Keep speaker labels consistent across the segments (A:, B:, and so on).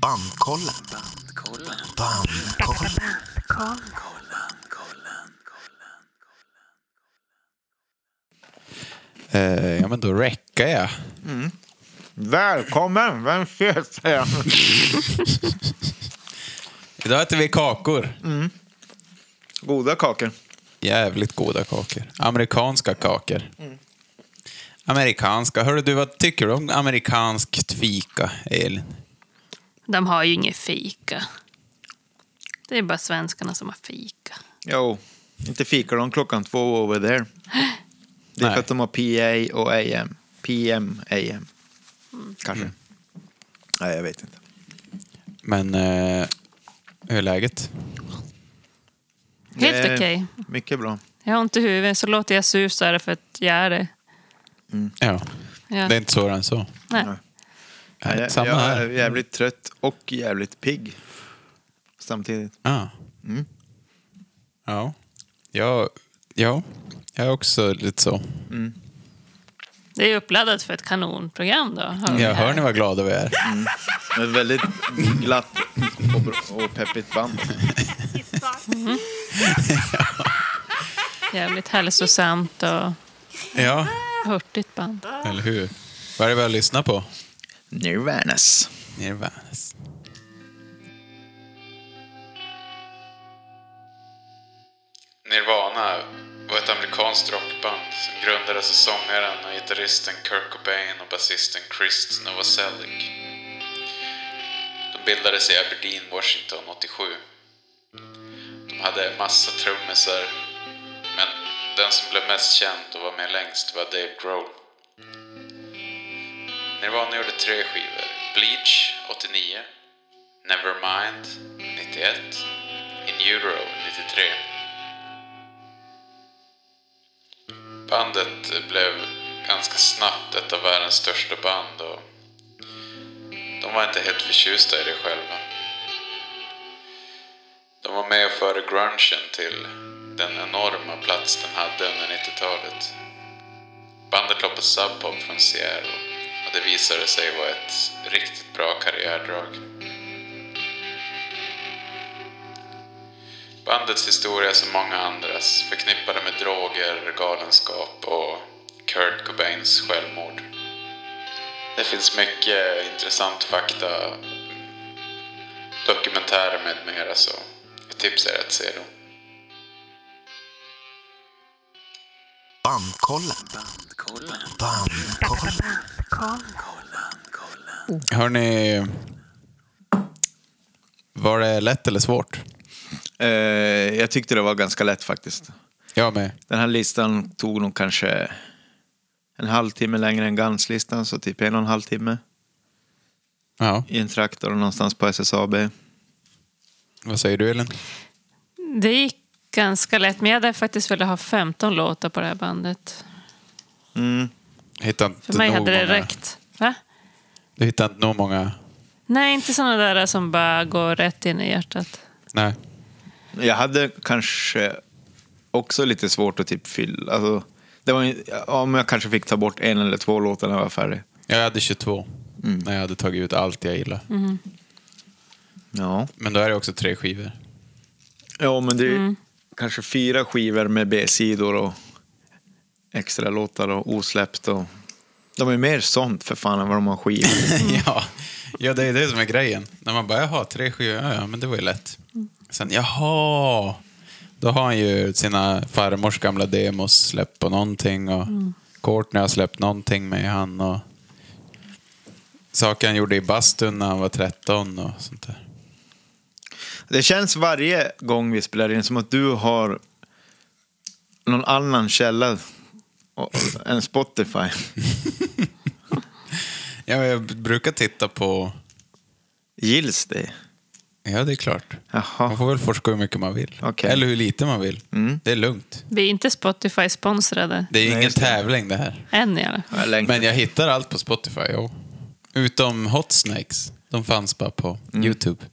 A: Bandkollen. Bandkollen.
B: Eh, ja, men då räcker jag.
C: Välkommen! Vem ses jag?
B: Idag äter vi kakor.
C: Goda kakor.
B: Jävligt goda kakor. Amerikanska kakor. Amerikanska. Hörru du, vad tycker du om amerikanskt fika, Elin?
D: De har ju inget fika. Det är bara svenskarna som har fika.
C: Jo, inte fikar de klockan två over there. Det är
B: Nej.
C: för att de har PA och AM. PM, AM. Kanske. Nej, jag vet inte.
B: Men eh, hur är läget?
D: Helt
C: Det är
D: okej.
C: Mycket bra.
D: Jag har ont i huvudet så låter jag susa det för att jag är det.
B: Ja.
D: Ja.
B: Det är inte svårare än så.
D: Nej.
C: Nej, eh,
B: Samma
C: jag
B: här.
C: är jävligt trött och jävligt pigg. Samtidigt.
B: Ja. Ja. Ja. ja. Jag är också lite så.
D: Det är uppladdat för ett kanonprogram då. Hör vi
B: Ja,
D: här.
B: hör ni vad glada vi är?
C: Med ett väldigt glatt och, bra- och peppigt band.
D: Jävligt hälsosamt och
B: Ja,
D: hurtigt band.
B: eller hur? Vad är det vi har lyssnat på?
C: Nirvanas.
B: Nirvanas. Nirvana var ett amerikanskt rockband som grundades av sångaren och gitarristen Kurt Cobain och basisten Chris Novoselic. De bildades i Aberdeen, Washington 87. De hade massa trummisar, men den som blev mest känd och var med längst var Dave Grohl. Nirvana gjorde tre skivor. Bleach 89, Nevermind 91, In Utero 93. Bandet blev ganska snabbt ett av världens största band och de var inte helt förtjusta i det själva. De var med och förde grungen till den enorma plats den hade under 90-talet. Bandet la på Sub Pop från Seattle och det visade sig vara ett riktigt bra karriärdrag. Bandets historia som många andras förknippade med droger, galenskap och Kurt Cobains självmord. Det finns mycket intressant fakta, dokumentärer med mera så jag tipsar er att se dem.
A: Bandkollen. Bandkollen.
B: Hörni, var det lätt eller svårt?
C: Eh, jag tyckte det var ganska lätt faktiskt.
B: Jag med.
C: Den här listan tog nog kanske en halvtimme längre än Guns-listan, så typ en och en halv timme.
B: Ja,
C: I en traktor någonstans på SSAB.
B: vad säger du Elin?
D: Det gick ganska lätt, men jag hade faktiskt velat ha 15 låtar på det här bandet.
C: Mm.
B: Hittar inte
D: För mig
B: nog
D: hade det
B: många-
D: räckt. Va?
B: Du hittar inte nog många?
D: Nej, inte sådana där som bara går rätt in i hjärtat.
B: Nej.
C: Jag hade kanske också lite svårt att typ fylla. Alltså, det var, ju- ja, men jag kanske fick ta bort en eller två låtar när jag var färdig.
B: Jag hade 22 när jag hade tagit ut allt jag gillade.
D: Mm.
C: Ja,
B: Men då är det också tre skivor.
C: ja men det är ju kanske fyra skivor med B-sidor och extra låtar och osläppt. Och... De är ju mer sånt för fan än vad de har skivor.
D: Mm.
B: ja. ja, det är det som är grejen. När man bara, jaha, tre skivor, ja, ja, men det var ju lätt.
D: Mm.
B: Sen, jaha, då har han ju sina farmors gamla demos släppt på någonting och
D: Mm.
B: Courtney har släppt någonting med han och saker han gjorde i bastun när han var 13 och sånt där.
C: Det känns varje gång vi spelar in som att du har någon annan källa och- än Spotify.
B: Ja, jag brukar titta på,
C: Gills det?
B: ja det är klart. Man
C: Jaha.
B: får väl forska hur mycket man vill.
C: Okej.
B: Eller hur lite man vill.
C: Mm.
B: Det är lugnt.
D: Vi är inte Spotify-sponsrade.
B: Det är ju
C: Nej,
B: ingen
C: just det.
B: tävling det här.
D: Än i alla fall.
C: Jag längtar.
B: Men jag hittar allt på Spotify, jo. Utom Hot Snakes. De fanns bara på YouTube.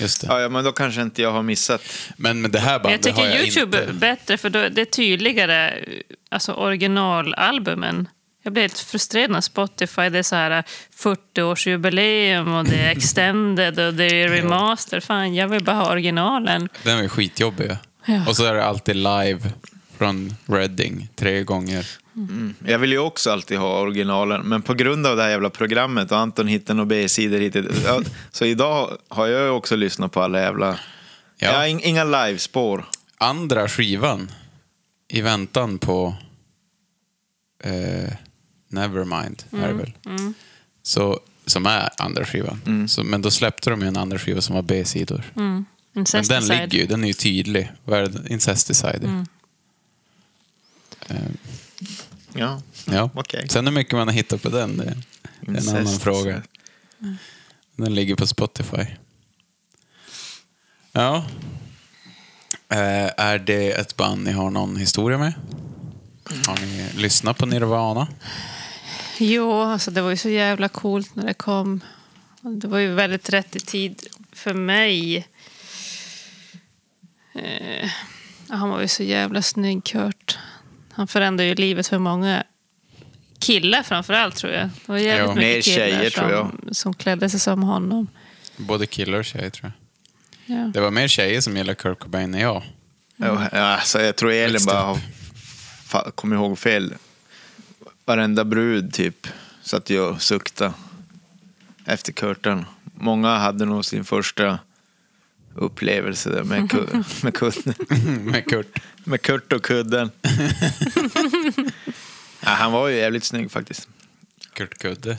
B: Just det.
C: Mm. Ja, ja, men då kanske inte jag har missat.
B: Men med det här
D: Men jag
B: bandet har
D: tycker
B: jag
D: Youtube är
B: inte...
D: bättre, för då, det är tydligare, alltså originalalbumen. Jag blir helt frustrerad när Spotify det är så här 40-årsjubileum och det är extended och det är remaster. Fan, jag vill bara ha originalen.
B: Den är skitjobbig.
D: Ja.
B: Och så är det alltid live från Reading tre gånger.
C: Jag vill ju också alltid ha originalen, men på grund av det här jävla programmet och Anton hittar några B-sidor hit. ja, Så idag har jag ju också lyssnat på alla jävla...
B: Ja.
C: Jag har ing- inga livespår.
B: Andra skivan i väntan på eh, Nevermind är det väl? Så, som är andra skivan. Så, men då släppte de ju en andra skiva som var B-sidor. Men den
D: Incesticide.
B: ligger ju, den är ju tydlig. Vad är det? Incesticider. Eh,
C: Ja.
B: ja.
C: Okej.
B: Sen hur mycket man har hittat på den, det är en annan
C: Incest.
B: fråga. Den ligger på Spotify. Ja. Eh, är det ett band ni har någon historia med? Har ni lyssnat på Nirvana?
D: Jo, alltså det var ju så jävla coolt när det kom. Och Det var ju väldigt rätt i tid för mig. Eh, han var ju så jävla snygg, Kurt. Han förändrade ju livet för många killar framför allt, tror jag. Det var jävligt
B: Ja.
C: Mer
D: mycket killar
C: tjejer,
D: som,
C: tror
D: som klädde sig som honom.
B: Både killar och tjejer tror jag.
D: Ja.
B: Det var mer tjejer som gillade Kurt Cobain än jag.
C: Ja, Alltså, jag tror Elin
B: Växte
C: bara
B: upp.
C: har fa- kommit ihåg fel. Varenda brud typ satt ju och sukta efter Kurtan. Många hade nog sin första upplevelse där med, ku- med, kudden.
B: med Kurt.
C: med Kurt och kudden. ja, han var ju jävligt snygg faktiskt.
B: Kurt Kudde.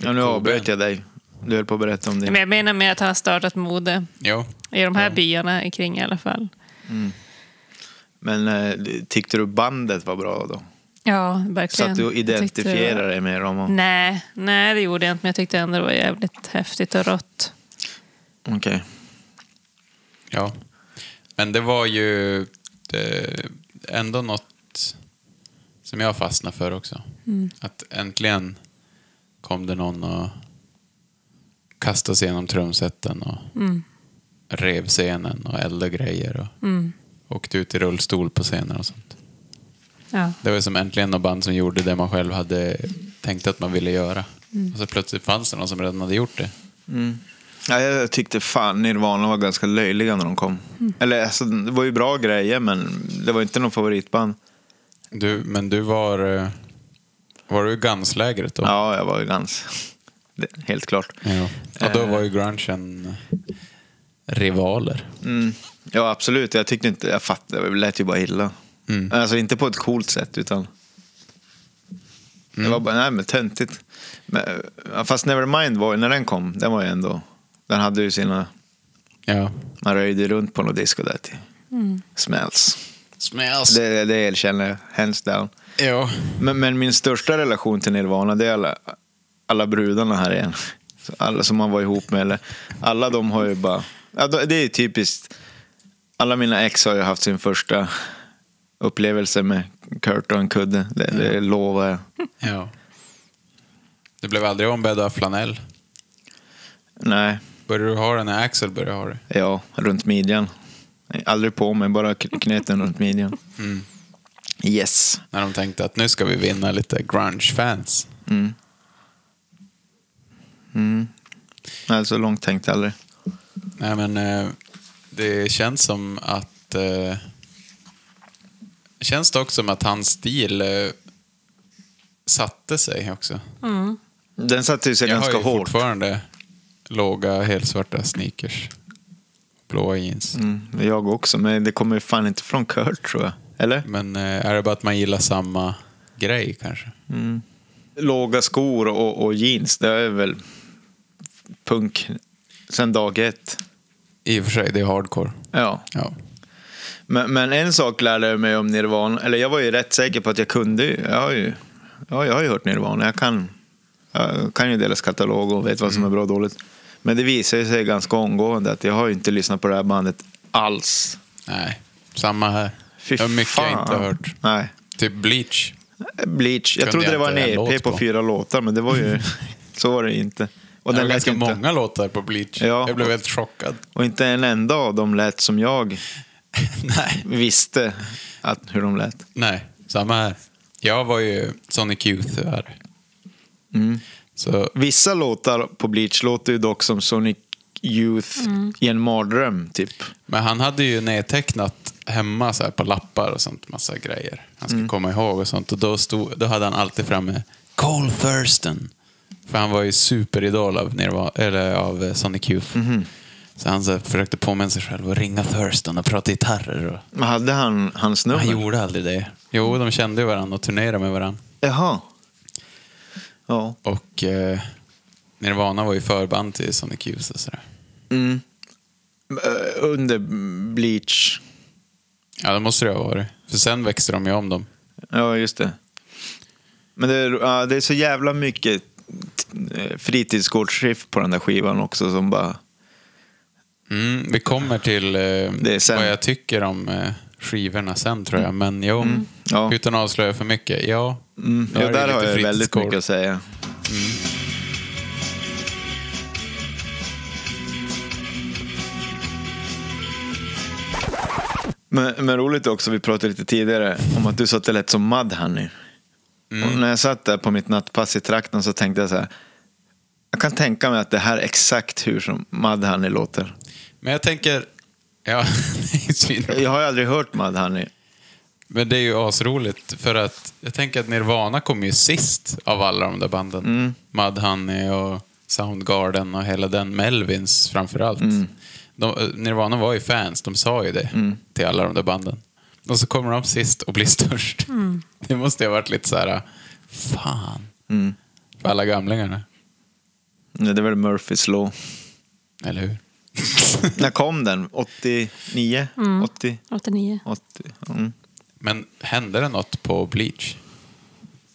C: Ja,
B: Cobain.
C: nu avbröt jag dig. Du höll på att berätta om
D: Men
C: din
D: jag menar med att han har startat mode
B: Ja.
D: i de här byarna i kring i alla fall.
C: Men eh, tyckte du bandet var bra då?
D: Ja,
C: Så
D: verkligen.
C: att du
D: Jag tyckte det var-
C: identifierar dig med dem? Och...
D: Nej, nej, det gjorde jag inte, men jag tyckte ändå det var jävligt häftigt och rått.
C: Okej.
B: Ja. Men det var ju eh, ändå något som jag fastnade för också. Att äntligen kom det någon och kastade sig igenom trumseten och rev scenen och eldade grejer och åkte ut i rullstol på scenen och sånt.
D: Ja.
B: Det var som äntligen något band som gjorde det man själv hade tänkt att man ville göra. Och så plötsligt fanns det någon som redan hade gjort det.
C: Ja, jag tyckte fan Nirvana var ganska löjliga när de kom. Eller alltså, det var ju bra grejer men det var inte någon favoritband.
B: Du, men du var... eh, Var du i Ganslägret då?
C: Ja, jag var ju ganska... Det, helt klart.
B: Ja. Och då var ju eh, grungen rivaler.
C: Mm. Ja, absolut. Jag tyckte inte... Jag fattade, det lät ju bara illa.
B: Mm.
C: Alltså inte på ett coolt sätt utan... Det var bara, nej men töntigt. Men, ja, fast Nevermind var ju- när den kom, den var ju ändå... Den hade ju sina...
B: Ja.
C: Man röjde ju runt på något disco där till. Smells.
B: Smells.
C: Det, det erkänner jag, hands down.
B: Ja.
C: Men, men min största relation till Nirvana det är alla, alla brudarna här igen. Så Alla som man var ihop med. Eller, alla de har ju bara... Ja, då- det är ju typiskt. Alla mina ex har ju haft sin första upplevelse med Kurt och en kudde. Det,
B: Mm.
C: det lovar jag.
B: ja. Du blev aldrig ombedd av flanell.
C: Nej,
B: Började du ha den när Axel började ha det?
C: ja, runt midjan. Aldrig på mig, bara kn- knuten runt midjan.
B: Mm.
C: Yes.
B: När de tänkte att nu ska vi vinna lite grunge-fans.
C: Mm. Nej, så långt tänkte jag aldrig.
B: Nej, men eh, det känns som att... Eh, känns dock som att hans stil eh, satte sig också.
C: Den satte ju sig
B: Jag har
C: ganska
B: ju
C: hårt.
B: fortfarande låga helsvarta sneakers. Blåa jeans.
C: Mm, jag också, men det kommer ju fan inte från Kurt tror jag. Eller?
B: Men eh, är det bara att man gillar samma grej kanske?
C: låga skor och, och jeans, det är väl punk sen dag ett.
B: I och för sig, det är hardcore.
C: Ja.
B: Ja.
C: Men, men en sak lärde jag mig om Nirvana, eller jag var ju rätt säker på att jag kunde ju- jag har ju, ja, jag har ju hört Nirvana, jag kan, jag kan ju deras katalog och vet vad
B: Mm.
C: som är bra och dåligt. Men det visade sig ganska omgående att jag har ju inte lyssnat på det här bandet alls.
B: Nej, samma här.
C: Fy
B: det var mycket
C: fan.
B: jag inte har hört.
C: Nej.
B: Typ Bleach.
C: Bleach, jag
B: Kunde
C: trodde
B: jag
C: det var en
B: inte en
C: EP
B: låt
C: på
B: på.
C: fyra låtar, men det var ju, så var det inte. Och
B: det
C: den
B: var
C: lät
B: ganska
C: inte,
B: många låtar på Bleach.
C: Ja.
B: Jag blev helt chockad.
C: och inte en enda av dem lät som jag
B: Nej.
C: visste att, hur de lät.
B: Nej, samma här. Jag var ju Sonic Youth-are.
C: Mm.
B: Så
C: Vissa låtar på Bleach låter ju dock som Sonic Youth i en mardröm, typ.
B: Men han hade ju nedtecknat hemma så här på lappar och sånt, massa grejer. Han skulle komma ihåg och sånt. Och då, stod, då hade han alltid framme Cole Thurston. För han var ju superidol av, Nirva, eller av eh, Sonic Youth. Så han så här, försökte påminna sig själv att ringa Thurston och prata gitarrer. Och...
C: Men hade han hans nummer?
B: Han gjorde aldrig det. Jo, de kände ju varandra och turnerade med varandra.
C: Jaha. Ja.
B: Och eh, Nirvana var ju förband till Sonic Youth och sådär.
C: Mm. Eh, Under Bleach.
B: Ja, det måste det ha varit. För sen växte de ju om dem.
C: Ja, just det. Men det är, ja, det är så jävla mycket t- eh, fritidsgårdsskift på den där skivan också som bara...
B: Mm, vi kommer till eh,
C: är sen.
B: vad jag tycker om eh, skivorna sen tror jag. Men jo,
C: Mm. Ja.
B: utan att avslöja för mycket. Ja,
C: Mm.
B: då är
C: Ja,
B: det
C: där har
B: lite
C: jag väldigt
B: fritidsgård.
C: mycket att säga. Mm. Men, men roligt också, vi pratade lite tidigare om att du sa att det lät som Mudhoney.
B: Mm.
C: Och när jag satt där på mitt nattpass i trakten så tänkte jag så här. Jag kan tänka mig att det här är exakt hur som Mudhoney låter.
B: Men jag tänker... Ja, det är ju svin-
C: Jag har ju aldrig hört Mudhoney.
B: men det är ju asroligt för att jag tänker att Nirvana kom ju sist av alla de där banden. Mm. Mudhoney och Soundgarden och hela den. Melvins framförallt. De, eh, Nirvana var ju fans, de sa ju det till alla de där banden. Och så kommer de sist och blir störst. Det måste ju ha varit lite så här, fan. För alla gamlingarna.
C: Mm. Nej, det var väl Murphys Law.
B: Eller hur?
C: När kom den? 89?
D: Mm.
C: 80?
D: 89.
C: 80? Mm.
B: Men hände det något på Bleach?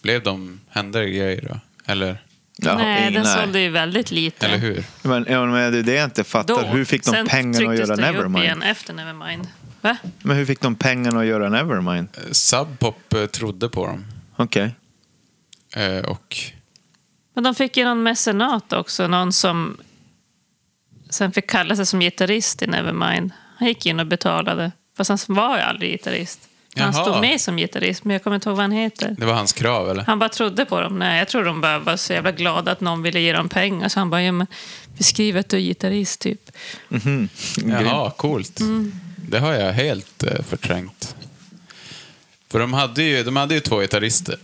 B: Blev de, hände det grejer då? Eller,
C: Jag har
D: nej,
C: ingen
D: den
C: aning.
D: sålde ju väldigt lite.
B: eller hur? Eh,
C: Men, ja, men det är det jag inte fattar.
D: Då.
C: Hur fick de
D: Sen
C: pengarna att
D: trycktes
C: göra
D: den ju upp
C: Nevermind?
D: igen efter Nevermind. Va?
C: Men hur fick de pengarna att göra Nevermind?
B: Eh, Sub Pop eh, trodde på dem.
C: Okej.
B: Eh, Och
D: Men de fick ju någon mecenat också, någon som sen fick kalla sig som gitarrist i Nevermind. Han gick in och betalade, fast han var ju aldrig gitarrist. Men Han
B: Jaha.
D: stod med som gitarrist, men jag kommer inte ihåg vad han heter.
B: det var hans krav, eller?
D: Han bara trodde på dem. Nej, jag tror de bara var så jävla glada att någon ville ge dem pengar. Så han bara, ja, men vi skriver att du är gitarrist, typ.
C: Mm.
B: Jaha, coolt. Det har jag helt eh, förträngt. För de hade ju, de hade ju två gitarrister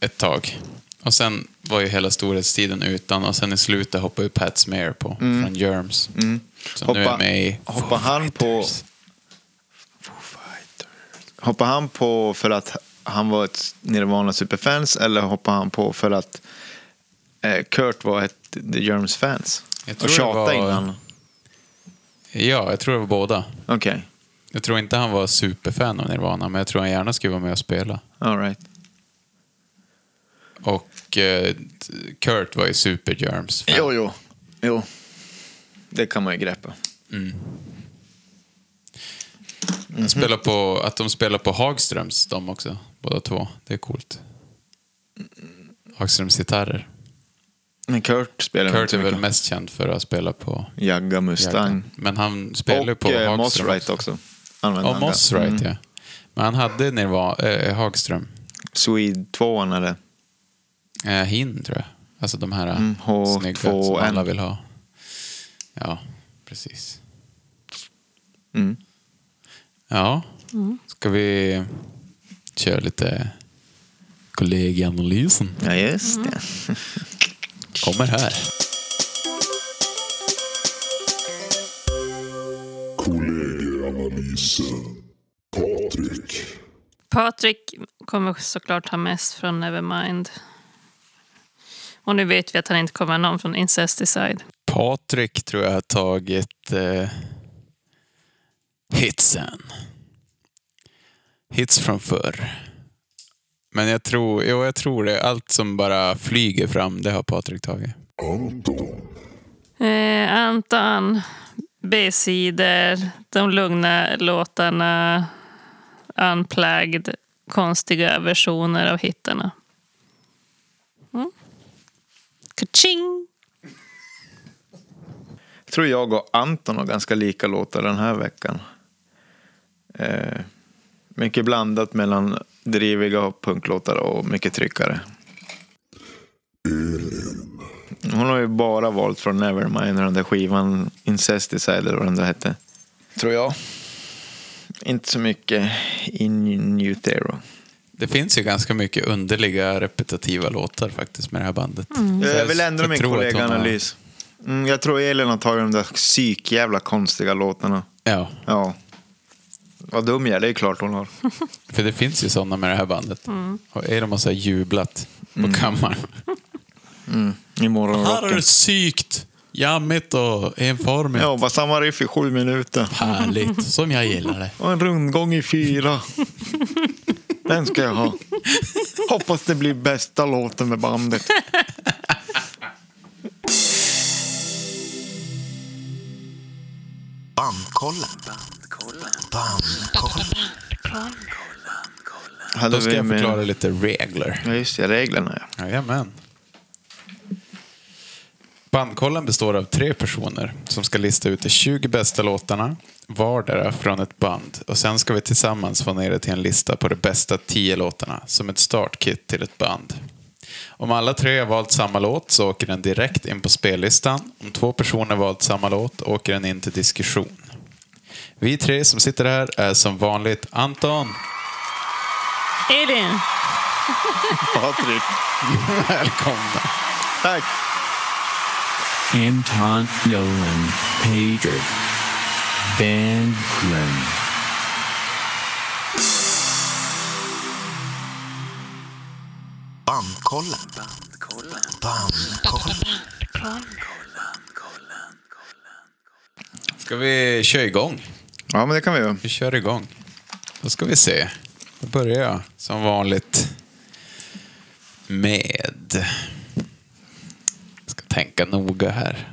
B: ett tag. Och sen var ju hela storhetstiden utan och sen i slutet hoppade ju Pat Smear på från Germs. Som nu är
C: Mm. Hoppa-
B: med i
C: hoppa han på-
B: Fighters.
C: Hoppade han på för att han var ett Nirvana superfans eller hoppade han på för att eh, Kurt var ett The Germs fans?
B: Jag tror
C: Och
B: det
C: tjata
B: var-
C: innan?
B: Ja, jag tror det var båda.
C: Okej,
B: Jag tror inte han var superfan av Nirvana, men jag tror han gärna skulle vara med och spela.
C: alright.
B: Och eh, Kurt var ju super Germs fan.
C: Jo, jo, jo. Det kan man ju greppa. Mm-hmm.
B: De spelar på, att de spelar på Hagströms de också, båda två. Det är coolt. Hagströms gitarrer.
C: Men Kurt spelar
B: Kurt är
C: inte
B: väl
C: mycket.
B: mest känd för att spela på
C: Jagga Mustang.
B: Men han spelar ju på
C: Och eh,
B: Hagström.
C: Moss Wright också. Använder
B: Och
C: han Mm. där.
B: Moss Wright, ja. Men han hade Nirva, eh, Hagström.
C: Swede 2 eller?
B: Eh, hin, tror jag. Alltså de här
C: Mm, H2N.
B: snygga som alla vill ha. Ja, precis.
C: Mm.
B: Ja, ska vi köra lite kollegieanalysen?
C: Ja, just det.
B: Kommer här.
A: Kollegieanalysen. Patrik.
D: Patrik kommer såklart ha mest från Nevermind. Och nu vet vi att han inte kommer ha någon från Incesticide.
B: Patrik tror jag har tagit eh, hitsen. Hits från förr. Men jag tror, jo, jag tror det. Allt som bara flyger fram, det har Patrik tagit.
A: Anton.
D: Eh, Anton, B-sidor, de lugna låtarna, unplugged, konstiga versioner av hittarna. Mm. Kaching!
C: Jag tror jag och Anton har ganska lika låtar den här veckan. Eh, Mycket blandat mellan driviga punklåtar och mycket tryckare.
A: Elin,
C: Hon har ju bara valt från Nevermind och den där skivan Incesticide eller vad den där hette. Tror jag. Inte så mycket in Newtero.
B: Det finns ju ganska mycket underliga repetitiva låtar faktiskt med det här bandet. Så
C: Jag vill ändra min
B: tror att hon har-
C: kollegaanalys. Mm, jag tror Elin har tagit de där psykjävla konstiga låtarna.
B: Ja,
C: Ja. Vad dum jag är, det är klart hon har.
B: för det finns ju sådana med det här bandet. Och är de och så här jublat på kammaren.
C: I
B: Här har
C: morgonrocken.
B: det sykt, jammigt och enformigt.
C: Ja, bara samma riff i sju minuter.
B: Härligt, som jag gillar det.
C: Och en rundgång i fyra. Den ska jag ha. Hoppas det blir bästa låten med bandet.
E: Bandkollen. Bandkollen.
C: Hade
B: Då ska
C: vi
B: jag
C: med-
B: förklara lite regler.
C: Ja, just det. Reglerna, ja.
B: Jajamän. Bandkollen består av tre personer som ska lista ut de 20 bästa låtarna vardera från ett band. Och sen ska vi tillsammans få ner det till en lista på de bästa 10 låtarna som ett startkit till ett band. Om alla tre har valt samma låt så åker den direkt in på spellistan. Om två personer valt samma låt åker den in till diskussion. Vi tre som sitter här är som vanligt Anton,
D: Elin,
C: Patrik.
B: välkomna.
C: Tack.
F: Anton Nolan, Pager, Van Glen.
E: Bandkollen. Bandkollen.
B: Ska vi köra igång?
C: Ja, men det kan vi göra.
B: Vi kör igång. Då ska vi se. Då börjar jag som vanligt med... Jag ska tänka noga här.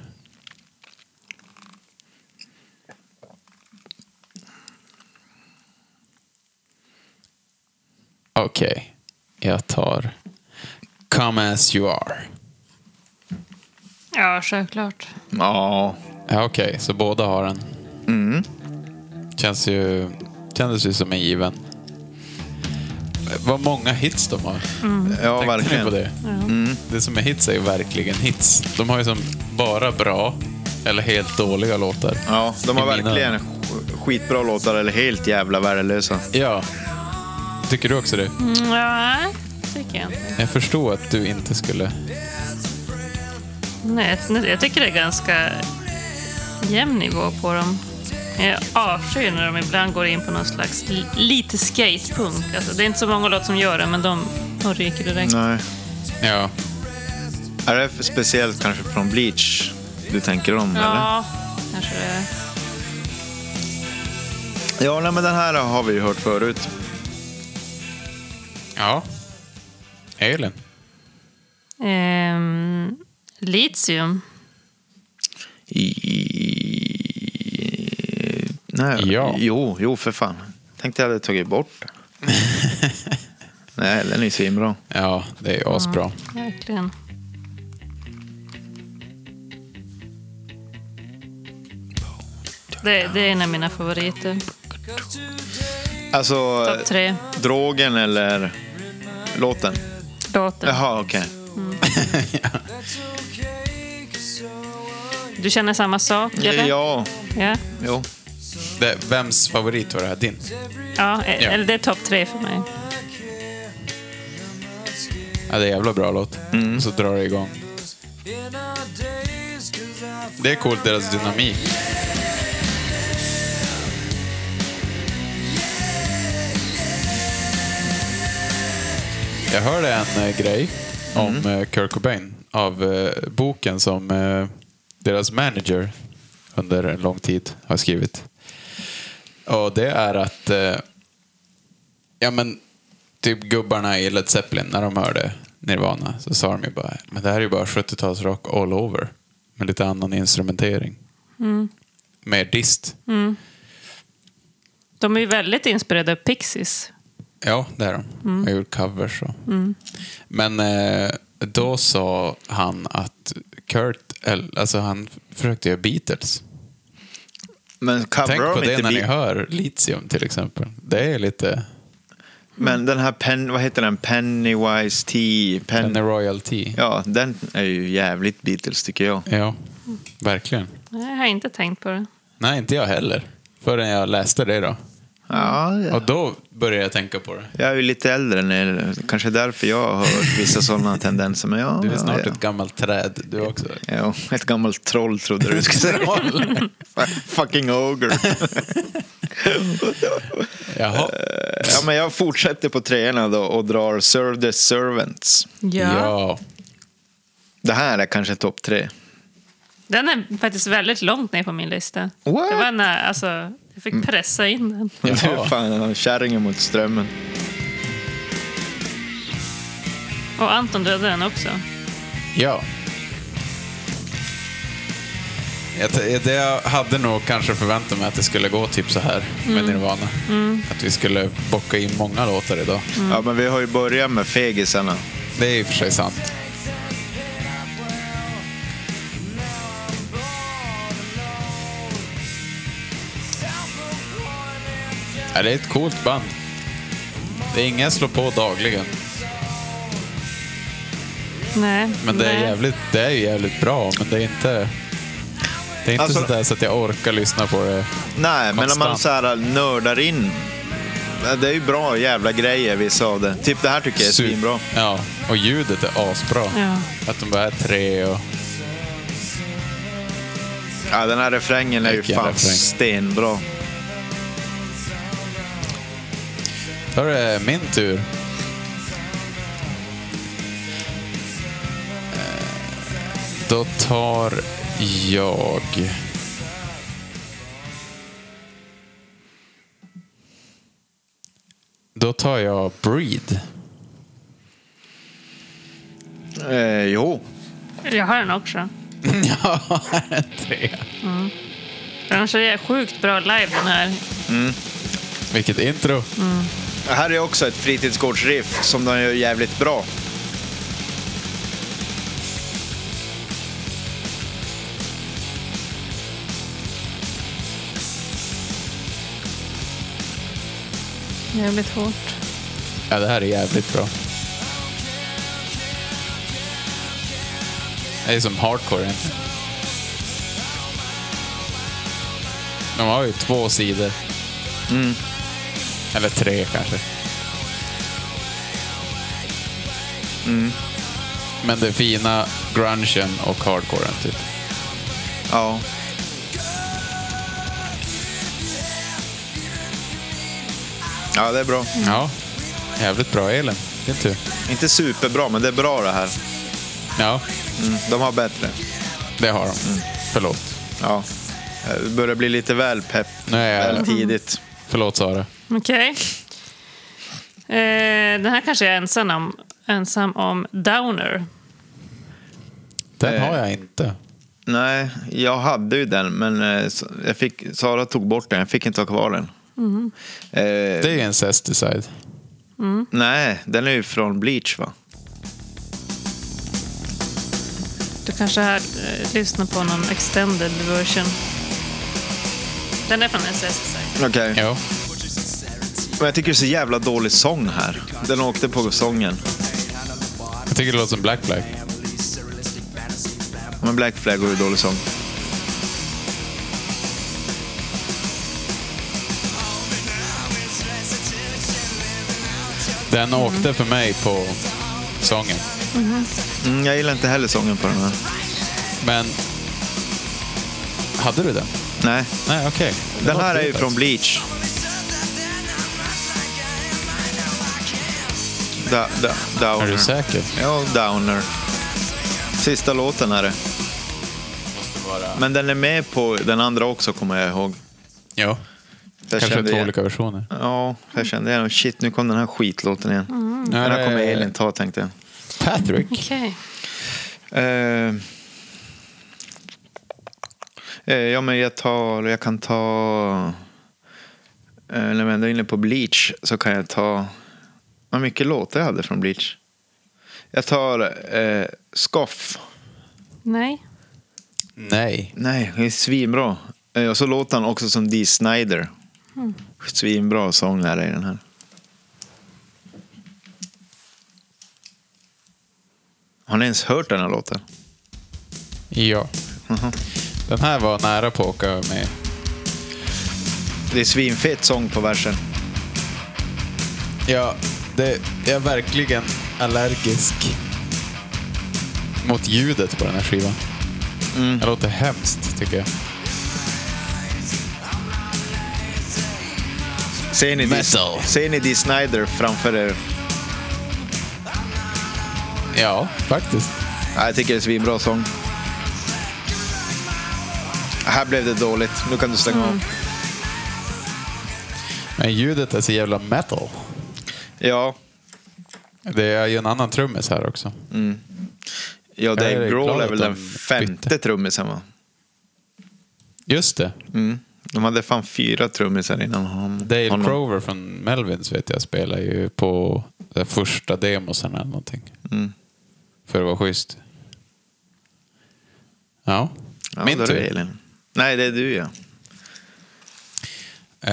B: Okej, jag tar Come As You Are.
D: ja självklart.
C: Ja.
B: Ja, Okej, så båda har den.
C: Mm.
B: Känns ju, kändes ju som en given. Vad många hits de har.
C: Ja,
B: Tänkte ni
C: verkligen. Mm.
B: på det? Det som är hits är ju verkligen hits. De har ju som bara bra eller helt dåliga låtar.
C: Ja, de har
B: I mina-
C: verkligen sk- skitbra låtar eller helt jävla värdelösa.
B: Ja. Tycker du också det?
D: Mm, ja, tycker jag inte.
B: Jag förstår att du inte skulle...
D: Nej, jag- jag tycker det är ganska jämn nivå på dem. Jag avskyr när de ibland går in på någon slags li- lite skatepunk. Alltså, det är inte så många låt som gör det, men de, de ryker direkt.
C: Nej.
B: Ja.
C: Är det för speciellt kanske från Bleach du tänker om? Eller?
D: Ja, kanske det är.
C: Ja, nej, men den här har vi ju hört förut.
B: Ja. Elin.
D: Ehm, litium.
C: I... Nej.
B: Ja.
C: Jo, jo, för fan. Tänkte jag hade tagit bort den. Nej, den är ju svinbra.
B: Ja, det är ju asbra.
D: Verkligen. Det, det är en av mina favoriter.
C: Alltså,
D: Topp tre.
C: drogen eller låten?
D: Låten.
C: Jaha, okej.
D: Du känner samma sak,
B: Eh,
D: eller?
C: Ja,
D: Ja.
C: jo.
B: Det, vems favorit var det här? Din?
D: Ja, e-
B: Ja.
D: Eller det är topp tre för mig.
B: Ja, det är jävla bra låt. Så drar det igång. Det är coolt, deras dynamik. Jag hörde en eh, grej om eh, Kurt Cobain av eh, boken som eh, deras manager under en lång tid har skrivit. Och det är att eh, ja men typ gubbarna i Led Zeppelin när de hörde Nirvana så sa de ju bara men det här är ju bara 70-talsrock all over med lite annan instrumentering. Mer dist.
D: De är ju väldigt inspirerade av Pixies.
B: Ja, det är de. Jag har gjort covers och. Men eh, då sa han att Kurt, el- alltså han försökte göra Beatles.
C: Men coverar
B: Tänk på
C: de
B: det
C: inte
B: när ni
C: bil...
B: hör litium till exempel. Det är lite
C: Men den här pen... Vad heter den? Pennywise T. Pen...
B: Penny Royalty. Ja.
C: Ja, den är ju jävligt Beatles tycker jag.
B: verkligen.
D: Nej, jag har inte tänkt på det.
B: Nej, inte jag heller. Förrän jag läste det då.
C: Ja, ja.
B: Och då började jag tänka på det.
C: Jag är ju lite äldre nu. Kanske därför jag har hört vissa sådana tendenser. Men ja,
B: Du är
C: ja,
B: snart
C: ja.
B: ett gammalt träd, du också.
C: Ja, ett gammalt troll trodde du skulle säga. F- Fucking ogre.
B: Jaha.
C: Ja, men jag fortsätter på treorna då och drar Serve the Servants.
D: Ja.
B: Ja.
C: Det här är kanske topp tre.
D: Den är faktiskt väldigt långt ner på min lista.
C: What?
D: Det var när, alltså, jag
B: Mm.
D: fick pressa in den.
C: Nu
B: Jaha.
C: är fan kärringen mot strömmen.
D: Och Anton dödade den också.
B: Ja. Jag, t- det jag hade nog kanske förväntat mig att det skulle gå typ så här
C: Mm.
B: med Nirvana. Att vi skulle bocka in många låtar idag.
C: Ja, men vi har ju börjat med fegisarna.
B: Det är i och för sig sant. Ja, det är ett coolt band. Det är inga jag slår på dagligen.
D: Nej.
B: Men det är,
D: nej.
B: jävligt, det är ju jävligt bra, men det är inte... Det är inte
C: Alltså-
B: sådär så att jag orkar lyssna på det.
C: Nej, men om man
B: Konstant.
C: så här nördar in. Det är ju bra jävla grejer vissa av det. Typ det här tycker jag är
B: Super-
C: svinbra.
B: Ja, och ljudet är asbra.
D: Ja.
B: Att de bara är tre och...
C: Ja, den här refrängen är ju
B: Vilken
C: fan
B: refräng.
C: stenbra.
B: Då är det min tur. Eh, Då tar jag... Då tar jag Breed.
C: Eh, jo,
D: Jag har den också.
B: ja, tre.
D: Annars är det sjukt bra live den här.
B: Vilket intro.
C: Det här är också ett fritidsgårdsriff som de gör jävligt bra.
D: Jävligt hårt.
B: Ja, det här är jävligt bra. Det är som hardcore egentligen. De har ju två sidor. Eller tre kanske. Men det fina grungen och hardcoren typ.
C: Ja. Ja, det är bra.
B: Ja, jävligt bra Elin. Din tur.
C: Inte superbra, men det är bra det här.
B: Ja,
C: Mm, de har bättre.
B: det har de. Förlåt.
C: Ja. Eh, Det börjar bli lite väl pepp.
B: Nu är
C: Väl
B: jag...
C: tidigt.
B: Förlåt Sara.
D: Okej. Eh, den här kanske jag är ensam om. Ensam om Downer.
B: Den
C: Eh.
B: har jag inte.
C: Nej, jag hade ju den, men eh, så- jag fick, Sara tog bort den. Jag fick inte ha kvar den. Eh,
B: Det är ju Incesticide.
C: Nej, den är ju från Bleach, va?
D: Du kanske har eh, lyssnat på någon extended version. Den är från SSSI.
C: Okej.
B: Jo.
C: Men jag tycker det är så jävla dålig sång här. Den åkte på sången.
B: Jag tycker det låter som Black Black.
C: Men Black Flag var ju dålig sång.
B: Den åkte för mig på sången.
C: Mm, jag gillar inte heller sången på den här.
B: Men... Hade du den?
C: Nej,
B: Nej, okej.
C: den här
B: låter
C: är ju
B: fet,
C: från
B: alltså.
C: Bleach. Da, da, downer.
B: Är du säker?
C: Ja, Downer. Sista låten är det. Men den är med på den andra också, kommer jag ihåg.
B: Ja.
C: Jag
B: Kanske
C: kände
B: två
C: igen-
B: olika versioner.
C: Ja, jag kände igen. Shit, nu kom den här skitlåten igen.
B: Mm.
C: Den här kommer Elin ta, tänkte jag.
B: Patrick.
D: Okej.
C: Eh, eh, ja, men jag tar... Jag kan ta... Eh, när vi ändå är inne på Bleach så kan jag ta... Vad mycket låtar jag hade från Bleach. Jag tar eh, Skoff.
D: Nej.
B: Nej. Mm.
C: Nej, det är svinbra. Eh, Och så låter han också som Dee Snyder. Svinbra sångare i den här. Har ni ens hört den här låten?
B: Ja.
C: Mhm.
B: Den här var nära på att åka med.
C: Det är svinfett sång på versen.
B: Ja, det, jag är verkligen allergisk mot ljudet på den här skivan.
C: Mm.
B: Det låter hemskt, tycker jag.
C: Ser ni, Dee-
B: Metal.
C: ser ni Dee Snyder framför er?
B: Ja, faktiskt.
C: Ja, jag tycker det är svinbra sång. Här blev det dåligt. Nu kan du stänga
B: Mm.
C: av.
B: Men ljudet är så jävla metal.
C: Ja,
B: Det är ju en annan trummis här också.
C: ja Dave
B: är
C: Grohl
B: glad
C: är
B: att
C: väl
B: de
C: den femte
B: bytte.
C: trummisen va?
B: Just det.
C: Mm. De hade fan fyra trummisar innan han,
B: Dale
C: honom.
B: Crover från Melvins vet jag spelar ju på de första demosen eller någonting.
C: Mm.
B: För att vara schysst. Ja,
C: Ja,
B: min
C: då är det
B: tur.
C: Elin. Nej, det är du ja.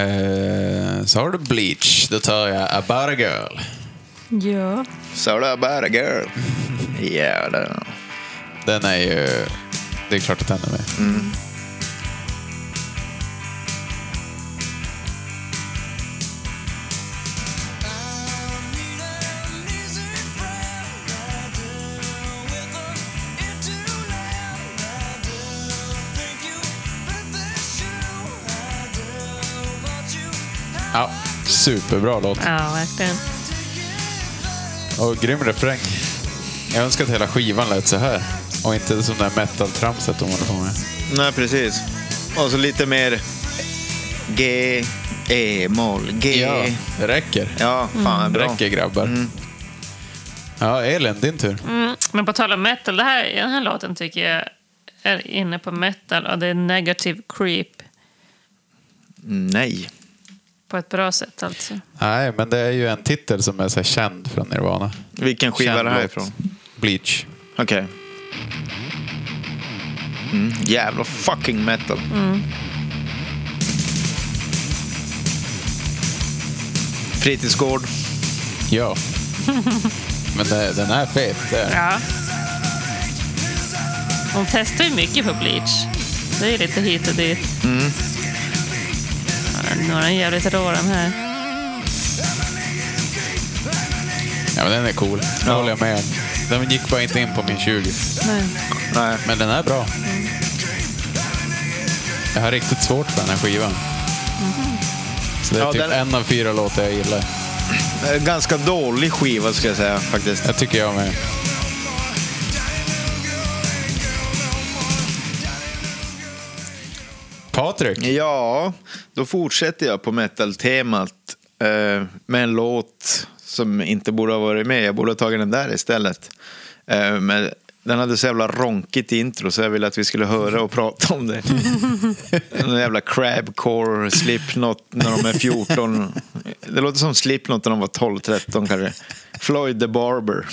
B: Eh, så har du Bleach. Då tar jag About a Girl.
D: Ja.
C: So about a girl. Jävlar.
B: Den är ju... Det är klart att den är med. Ja, superbra låt.
D: Ja, verkligen.
B: Och grym refräng. Jag önskar att hela skivan lät så här. Och inte som det här metal-tramset de håller på med.
C: Nej, precis. Och så lite mer G, E-moll, G.
B: Ja, det räcker.
C: Ja, fan
B: Det
C: bra. Mm.
B: räcker grabbar. Ja, Elin, din tur.
D: Mm. Men på tal om metal, det här, den här låten tycker jag är inne på metal och det är negative creep
C: Nej.
D: på ett bra sätt alltså.
B: Nej, men det är ju en titel som är så här känd från Nirvana.
C: Vilken skiva är
B: Känd
C: det här
B: låt.
C: ifrån?
B: Bleach.
C: Okej. Mm, jävla fucking metal. Fritidsgård.
B: Ja. men det, den är fet. Det är.
D: Ja. De testar ju mycket på Bleach. Det är lite hit och dit. Mm. Nu är den jävligt rå den här.
B: Ja, men den är cool. Det
C: Ja.
B: håller jag med om. Den gick bara inte in på min 20.
D: Nej.
C: Nej.
B: Men den är bra. Jag har riktigt svårt för den här skivan. Så det är
C: Ja,
B: typ
C: den-
B: en av fyra låtar jag gillar.
C: Eh, Ganska dålig skiva ska jag säga faktiskt.
B: Jag tycker jag med. Patrik.
C: Ja, då fortsätter jag på metal-temat eh, med en låt som inte borde ha varit med. Jag borde ha tagit den där istället. Eh, men den hade så jävla ronkigt intro så jag ville att vi skulle höra och prata om det. Den jävla crabcore, Slipknot när de är 14. Det låter som Slipknot när de var 12-13 kanske. Floyd the Barber.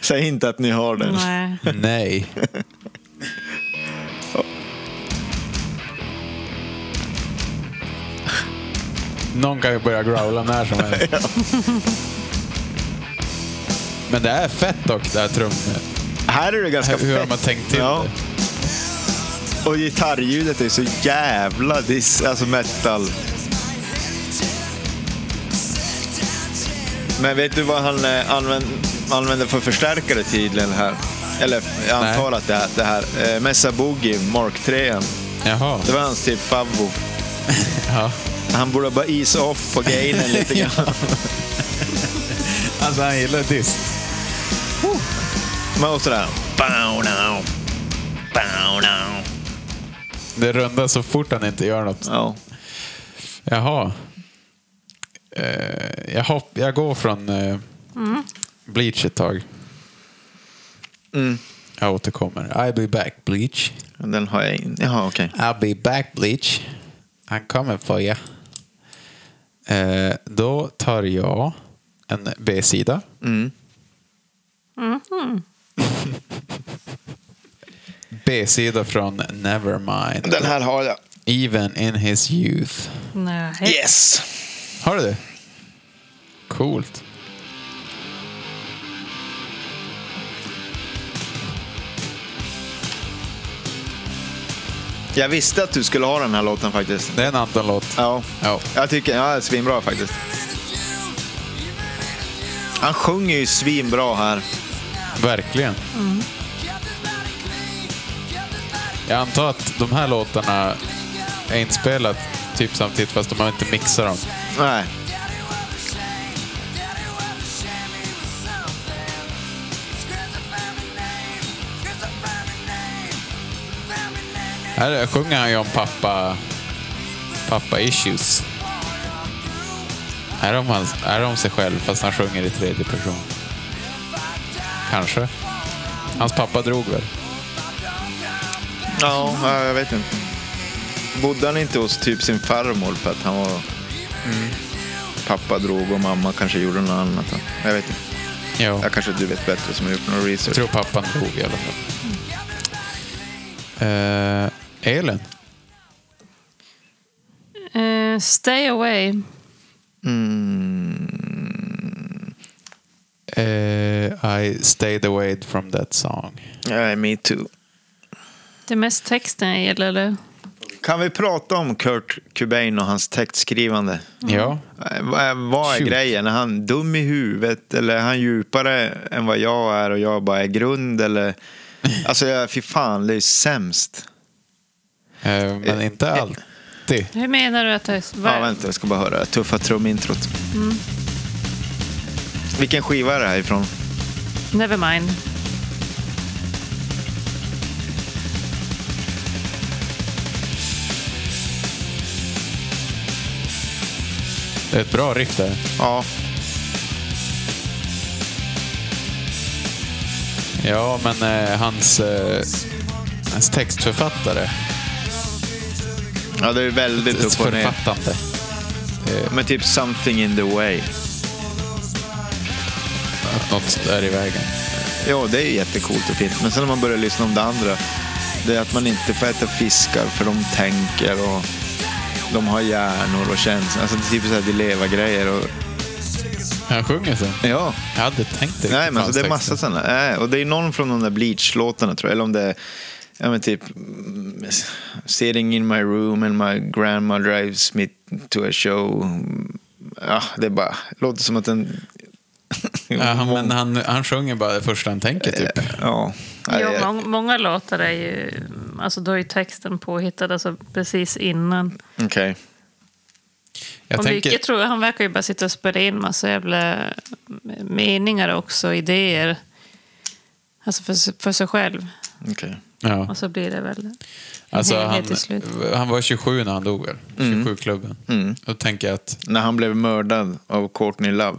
C: Säg inte att ni har den.
D: Nej.
B: Nej. Någon kan ju börja growla när som helst. Men det är fett dock, det här trummet.
C: Här är det ganska
B: Hur har
C: fett.
B: man tänkt till
C: Ja.
B: det?
C: Och gitarrljudet är så jävla dis, alltså metal. Men vet du vad han eh, använd, använder för förstärkare tydligen här? Eller jag antar att det är det här. Eh, Mesa Boogie, Mark 3.
B: Jaha.
C: Det var hans typ favvo.
B: Ja.
C: Han borde bara isa off på gainen lite grann.
B: Alltså han gillar dist.
C: Men och sådär. Bow now. Bow now.
B: Det rundar så fort han inte gör något.
C: Ja.
B: Jaha. Eh, jag, hopp, jag går från eh, Bleach ett tag. Jag återkommer. I'll be back Bleach.
C: Den har jag in. Jaha, okej.
B: I'll be back Bleach. I'm coming for you. Eh, då tar jag en B-sida.
C: Mm.
B: B-sida från Nevermind.
E: Den här har jag.
B: Even in his youth.
D: Nej.
E: Yes!
B: Har du det? Coolt.
C: Jag visste att du skulle ha den här låten faktiskt.
B: Det är en Anton-låt.
C: Ja,
B: Ja.
C: jag tycker ja, det är svinbra faktiskt. Han sjunger ju svinbra här.
B: Verkligen. Jag antar att de här låtarna är inspelat typ samtidigt fast de har inte mixat dem.
C: Nej.
B: Här sjunger han ju om pappa... Pappa issues. Här är om, han, här är om sig själv fast han sjunger i tredje person. Kanske. Hans pappa drog väl?
C: Ja, ja, jag vet inte. Bodde han inte hos typ sin farmor för att han var...
E: Mm.
C: Pappa drog och mamma kanske gjorde något annat. Jag vet inte.
B: Jo.
C: Jag kanske du vet bättre som har gjort någon
B: Jag
C: research.
B: tror pappan dog i alla fall. Eh, Elin?
D: Eh, stay away.
B: Eh, I stayed away from that song.
C: Nej, me too.
D: Det är mest texten jag gillar. Eller?
C: Kan vi prata om Kurt Cobain och hans textskrivande?
B: Ja.
C: Eh, Vad är, vad är
B: Shoot.
C: grejen? Är han dum i huvudet eller är han djupare än vad jag är och jag bara är grund? Eller... Alltså, jag, fy fan, det är ju sämst.
B: Eh, men inte alltid.
D: Hur menar du att det är?
C: Ja, vänta, jag ska bara höra det tuffa trumintrot. Vilken skiva är det här ifrån?
D: Never mind.
B: Det är ett bra riff där.
C: Ja,
B: Ja, men eh, hans, eh, hans textförfattare.
C: ja det är väldigt upp och ner.
B: Författande.
C: Men typ Something in the way.
B: Att något är i vägen.
C: Ja, det är ju jättecoolt och fint. Men sen när man börjar lyssna om det andra. Det är att man inte får äta fiskar för de tänker och de har hjärnor och känslor. Alltså det är typ så här, de lever grejer och...
B: Han sjunger sen.
C: Ja.
B: Jag hade tänkt det.
C: Nej, men alltså, det är
B: Fanns
C: massa
B: texten.
C: sådana. Nej, och det är någon från de där Bleach-låtarna tror jag. Eller om det är ja, men typ mm, Sitting in my room and my grandma drives me to a show. Ja, det är bara... låter som att den...
B: Ja, han, men han, han sjunger bara det första han tänker typ.
C: Ja. Nej,
D: Ja,
C: det är-
D: många, många låtar är ju... Alltså, då är ju texten påhittad alltså, precis innan.
C: Okej.
B: Jag
D: Jag,
B: tänker,
D: jag tror han verkar ju bara sitta och spela in massa jävla meningar också, idéer. Alltså för, för sig själv.
C: Okej.
B: ja,
D: Och så blir det väl en
B: alltså,
D: helhet
B: han,
D: till slut.
B: han var 27 när han dog väl?
C: Mm.
B: 27-klubben. Då tänker jag att,
C: När han blev mördad av Courtney Love.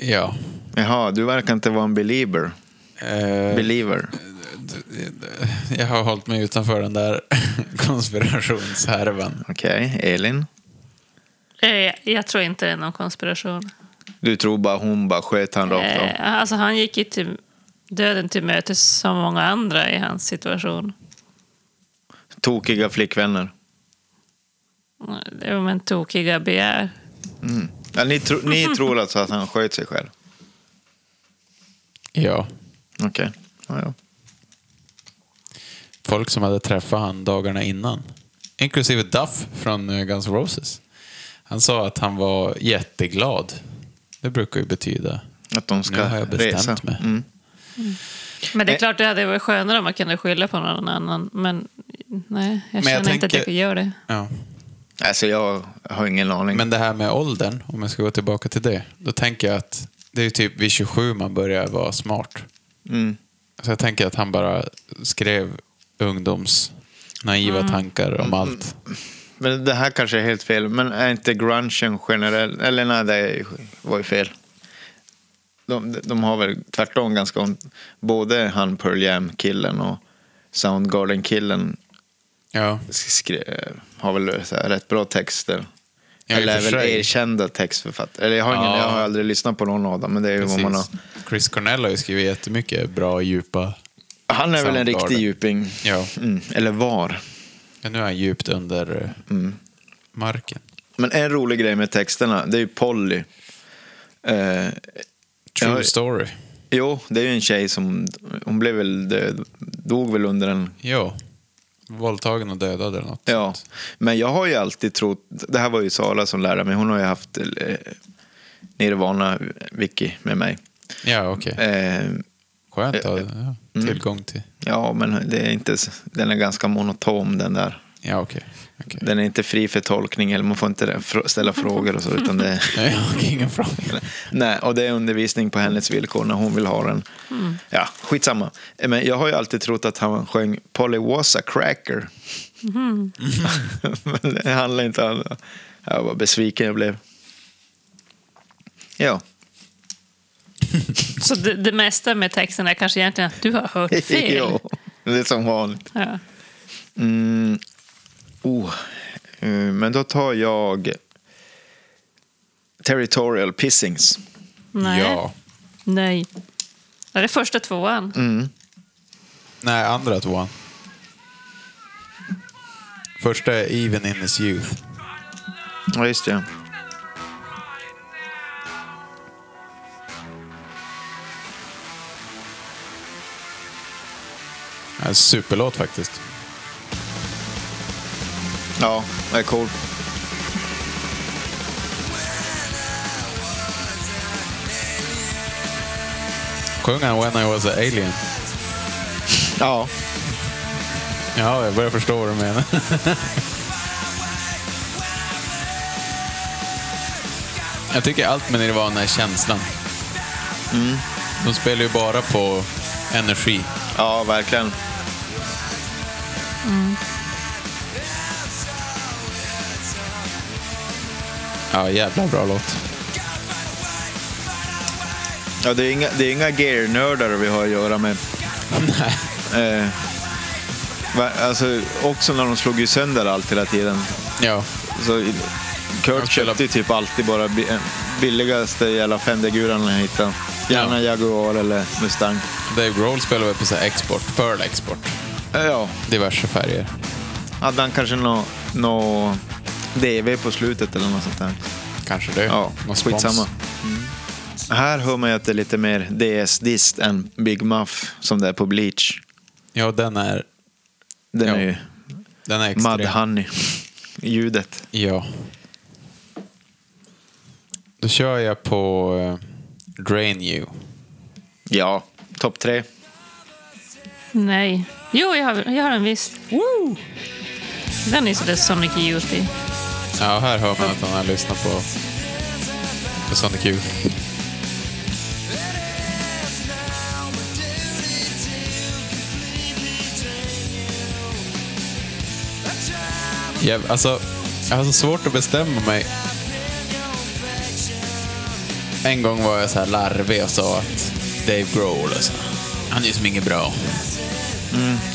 B: ja.
C: Jaha, du verkar inte vara en belieber.
B: Eh,
C: Believer.
B: jag har hållit mig utanför den där konspirationshärvan.
C: Okej, Elin.
D: Eh, Jag tror inte det är någon konspiration.
C: Du tror bara hon bara sköt han rakt av.
D: Eh, Alltså han gick ju till döden till mötes som många andra i hans situation.
C: Tokiga flickvänner.
D: Det var en tokiga begär.
C: Ja, ni, tro, ni tror alltså att han sköt sig själv?
B: Ja.
C: Okej. Ja, ja.
B: folk som hade träffat han dagarna innan. Inklusive Duff från eh, Guns N' Roses. Han sa att han var jätteglad. Det brukar ju betyda
C: Att de
B: Nu
C: ska
B: har jag bestämt
C: resa.
B: mig.
C: Mm.
D: Men det är klart det hade varit skönare om man kunde skylla på någon annan. Men nej, jag
B: Men
D: känner
B: jag
D: inte att jag
B: tänker-
D: gör det.
B: ja.
C: Alltså jag har ingen aning.
B: Men det här med åldern, om jag ska gå tillbaka till det. Då tänker jag att det är typ vid 27 man börjar vara smart.
C: Mm.
B: Så jag tänker att han bara skrev ungdoms naiva
C: Mm.
B: tankar om allt.
C: Men det här kanske är helt fel. Men är inte grungen generell? Eller nej, det var ju fel. De, de har väl tvärtom ganska... om- Både han Pearl Jam-killen och Soundgarden-killen
B: Ja.
C: skrev, har väl eh, så här, rätt bra texter.
B: Ja, i
C: Eller
B: och
C: är
B: för
C: väl
B: sig.
C: erkända textförfattare. Eller jag har, ingen,
B: Ja.
C: jag har aldrig lyssnat på någon av dem, men det är ju vad man har.
B: Precis. Chris Cornell har ju skrivit jättemycket bra, djupa
C: Han är väl
B: Soundgarden.
C: en riktig djuping.
B: Ja.
C: Mm, eller var.
B: ja, nu är han djupt under eh,
C: Mm.
B: marken.
C: Men en rolig grej med texterna, det är ju Polly. Eh,
B: True
C: Ja,
B: story.
C: jo, det är ju en tjej som, hon blev väl död, dog väl under en
B: Ja. Våldtagen och dödad eller något.
C: Ja,
B: sånt.
C: men jag har ju alltid trott, det här var ju Sala som lärde mig, hon har ju haft eh, Nirvana Vicky med mig.
B: Ja, okej.
C: Eh, mm.
B: Skönt att ha ja, tillgång till...
C: ja, men det är inte, s- den är ganska monotom den där.
B: Ja, okej. Okay.
C: Den är inte fri för tolkning, eller man får inte fr- ställa frågor och så, utan det
B: Nej, jag har ingen fråga.
C: Nej, och det är undervisning på hennes villkor när hon vill ha den. Ja, skitsamma. Eh, Men jag har ju alltid trott att han sjöng Polly was a cracker. Men det handlar inte om... Jag var besviken jag blev. Ja.
D: Så det, det mesta med texten är kanske egentligen att du har hört fel.
C: Jo, det är som vanligt.
D: ja.
C: Mm. Oh. eh, Men då tar jag Territorial Pissings.
D: Nej.
B: Ja. Mm.
D: Nej. Ja, det är första tvåan.
B: Nej, andra tvåan. Första är Even in his youth.
C: Ja, just det.
B: Ja, En superlåt faktiskt.
C: Ja, det är cool.
B: Sjöng han When I was an alien?
C: Ja.
B: Ja, jag börjar förstå vad du menar. jag tycker allt med Nirvana är känslan. De spelar ju bara på energi.
C: Ja, verkligen.
B: Ja, jävla bra låt.
C: Ja, det är inga, det är inga gear-nördar vi har att göra med. Eh, va- alltså, också när de slog ju sönder allt hela tiden.
B: Ja.
C: Så, i- Kurt
B: Jag spelar-
C: köpte ju typ alltid bara bi- eh, billigaste jävla Fenderguran han hittade. Gärna Jaguar eller Mustang.
B: Dave Grohl spelar väl på så här export, Pearl Export.
C: Eh, ja,
B: Diverse färger.
C: hade han kanske nå nå DV på slutet eller något sånt där.
B: Kanske det.
C: Ja,
B: Någon spons. Mm.
C: skitsamma. Här hör man ju att det är lite mer DS-dist än Big Muff som det är på Bleach.
B: Ja, den är,
C: Den
B: Ja.
C: är ju
B: den är extrem.
C: Mud Honey. Ljudet.
B: Ja. Då kör jag på eh, Drain You.
C: Ja, topp tre.
D: Nej. Jo, jag har, jag har den visst. Woo! Den är sådär Sonic Youth i.
B: Ja, här hör man att han har lyssnat på, på Sonic Youth. Jäv, alltså, jag har så svårt att bestämma mig. En gång var jag så här larvig och sa att Dave Grohl, alltså, han är ju som inget bra.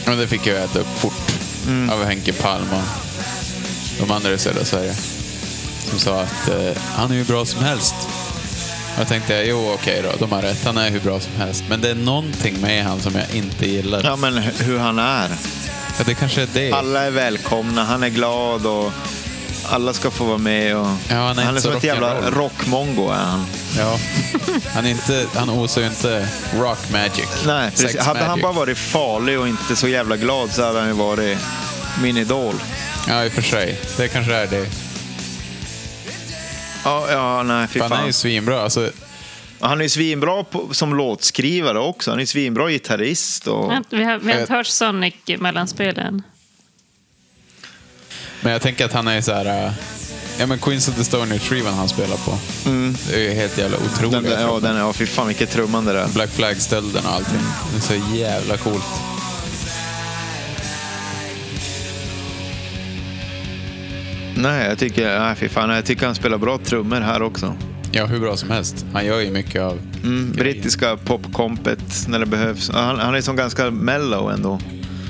B: Men det fick jag äta upp fort av Henke Palm och de andra i södra Sverige. Som sa att eh, han är hur bra som helst. Och jag tänkte, jo okej då, de har rätt, han är hur bra som helst. Men det är någonting med han som jag inte gillar.
C: Ja,
B: Ja.
C: men hu- hur han är.
B: Det kanske är det.
C: Alla är välkomna, han är glad och alla ska få vara med. Och...
B: han är
C: han är
B: inte så
C: som ett jävla
B: rock'n'roll.
C: rockmongo är han.
B: Ja. Han, är inte, han osar ju inte rock magic.
C: Nej,
B: Sex
C: precis. Hade han
B: magic.
C: bara varit farlig och inte så jävla glad så hade han ju varit min idol.
B: Ja, i och för sig. Det kanske är det.
C: Ja, ja nej, fy fan.
B: Han är ju svinbra. Alltså,
C: Han är ju svinbra på, som låtskrivare också. Han är ju svinbra gitarrist. Och...
D: Men Vi har, vi har inte
B: Eh.
D: hört Sonic mellanspelen.
B: men jag tänker att han är så här... äh, Ja, men Queens of the Stone Age Tree var han spelar på. Det är ju helt jävla otroligt.
C: Mm. Den, där- ja, den, ja, fy fan vilket trummande det är.
B: Black Flag-stölden och allting. Det är så jävla coolt.
C: Nej, jag tycker, nej, fy fan, nej, jag tycker han spelar bra trummor här också.
B: Ja, hur bra som helst. Han gör ju mycket av...
C: Mm, brittiska popkompet när det behövs. Han, han är som ganska mellow ändå.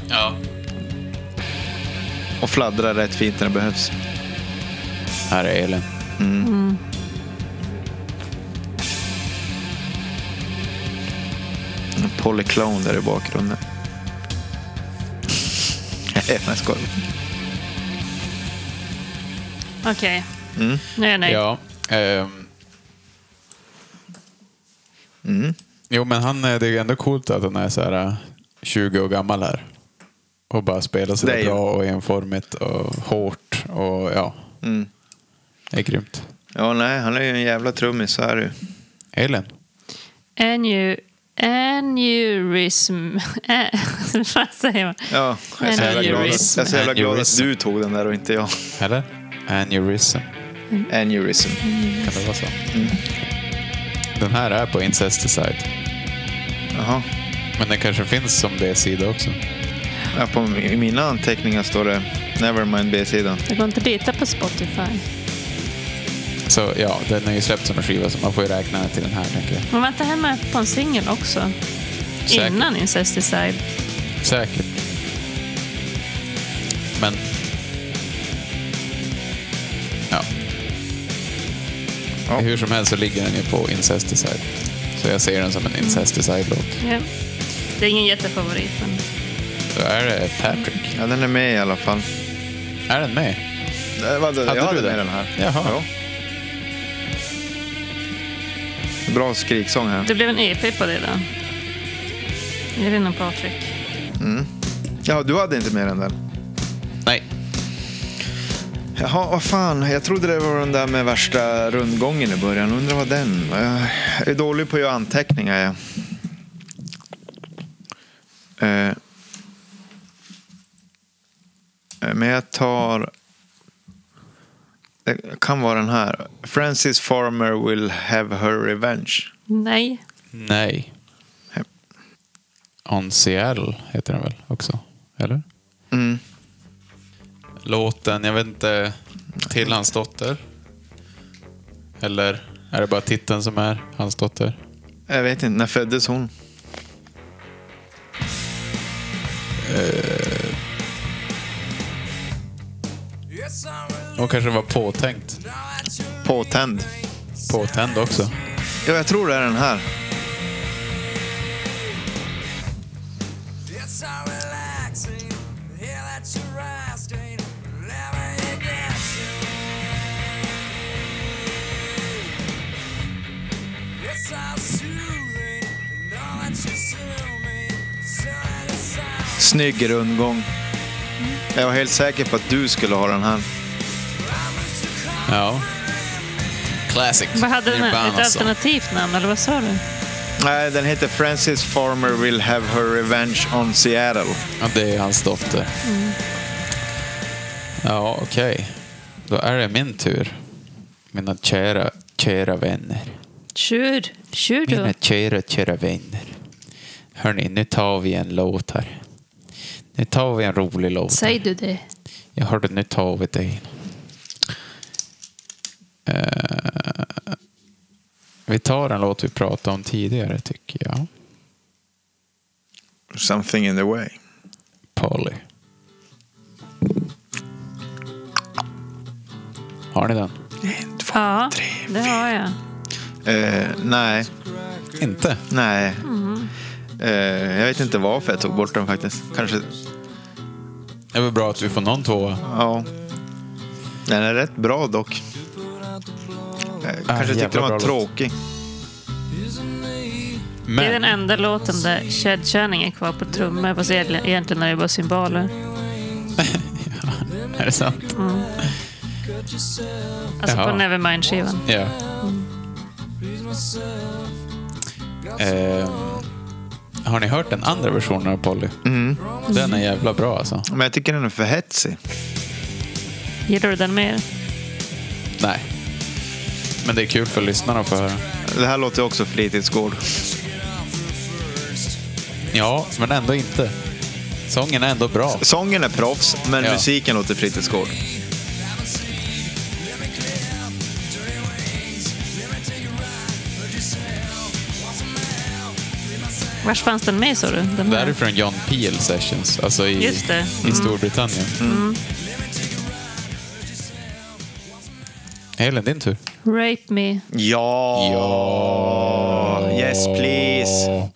B: Ja.
C: Och fladdrar rätt fint när det behövs.
B: Här är Elin.
C: En Polyclone där i bakgrunden. Nej, jag skojar.
D: Okej. Nu är jag nöjd.
B: Mm. Ja. ehm. Mm. Jo, men han, eh, det är ju ändå coolt att han är så här eh, 20 år gammal här. Och bara spelar så
C: Det är
B: där
C: ju-
B: bra och enformigt och hårt. Och ja,
C: Mm.
B: det är grymt.
C: Ja, nej, han är ju en jävla trummis, så är det ju.
B: Elin?
D: Anu- Aneurysm. Ä- Vad säger man?
C: Ja, jag är så jävla glad att- jag är så jävla glad att du tog den där och inte jag.
B: Eller? Aneurysm.
C: Aneurysm.
B: Kan det vara så?
C: Mm.
B: Den här är på Incesticide.
C: Jaha.
B: Men den kanske finns som B-sida också.
C: Ja, på mi- mina anteckningar står det Nevermind B-sidan.
D: Det går inte att leta på Spotify.
B: Så ja, den är ju släppt som en skiva så man får ju räkna till den här tänker jag.
D: Man var inte hemma på en singel också.
B: Säkert.
D: Innan Incesticide.
B: Säkert. Men... Ja.
C: Ja.
B: Hur som helst så ligger den ju på Incesticide. Så jag ser den som en Incesticide-låt.
D: Ja. Det är ingen jättefavorit, men
B: Då är det Patrick.
C: Ja, den är med i alla fall.
B: Är den med?
C: Nej, vadå,
B: Hade
C: jag
B: du
C: hade
B: det?
C: med den här.
B: Jaha.
C: Ja. Bra skriksång här.
D: det blev en EP på det då. Elin och Patrik.
C: Ja, du hade inte med den där.
B: Nej.
C: Jaha, vad fan. Jag trodde det var den där med värsta rundgången i början. Undrar vad den... Jag är dålig på att göra anteckningar. Jag. Eh, Men jag tar... Det kan vara den här. Francis Farmer will have her revenge.
D: Nej.
B: Nej.
C: Nej.
B: On Seattle heter den väl också? Eller?
C: Mm.
B: Låten, jag vet inte. Till hans dotter? Eller är det bara titeln som är hans dotter?
C: Jag vet inte. När föddes hon?
B: Hon kanske var påtänkt.
C: Påtänd.
B: Påtänd också.
C: Ja, jag tror det är den här.
E: It's so relaxing. Hear that you're resting. Never you get you. It's so soothing. Know that you soon me. Soon as it's out.
C: Snygg rundgång. Jag var helt säker på att du skulle ha den här.
B: Ja. Classic.
D: Vad hade den här?
B: Nirvana,
D: Ett
B: alltså.
D: alternativt namn, eller vad sa du?
C: Nej, den heter Francis Farmer will have her revenge on Seattle.
B: Ja, det är hans dotter.
D: Mm.
B: Ja, okej. Då är det min tur. Mina kära, kära vänner.
D: Tjur. Tjur
B: Mina
D: du.
B: kära, kära vänner. Hörni, nu tar vi en låt här. Nu tar vi en rolig låt.
D: Säger du det?
B: Jag hörde nu tar vi det. Eh, vi tar en låt vi pratade om tidigare tycker jag.
C: Something in the way.
B: Polly. Har ni den?
D: Ja, det har jag.
C: Eh, nej,
B: Inte.
C: nej. Eh, jag vet inte varför jag tog bort den faktiskt. Kanske,
B: Det är väl bra att vi får någon tvåa.
C: ja. Den är rätt bra dock. Eh, kanske tyckte
B: Ah, jävla
C: den
B: bra
C: var
B: låt.
C: tråkig.
D: Det är den
B: Men
D: enda låten där Chad Channing är kvar på trummor, fast egentligen egentligen är det bara cymbaler.
B: är det sant?
D: Alltså på
B: Jaha.
D: Nevermind-skivan.
B: Ja. Eh, har ni hört den andra versionen av Polly? Den är jävla bra alltså.
C: Men jag tycker den är för hetsig.
D: Gillar du den mer?
B: Nej. Men det är kul för lyssnarna att få höra.
C: Det här låter ju också fritidsgård.
B: Ja, men ändå inte. Sången är ändå bra.
C: Sången är proffs, men
B: Ja.
C: musiken låter fritidsgård.
D: Var fanns den med, sa du? Den
B: Det
D: här?
B: här är från John Peel Sessions, alltså i,
D: Just det.
B: i Storbritannien.
C: Mm.
B: Helen, din tur.
D: Mm. Rape Me.
C: Ja!
B: Ja.
C: Yes please!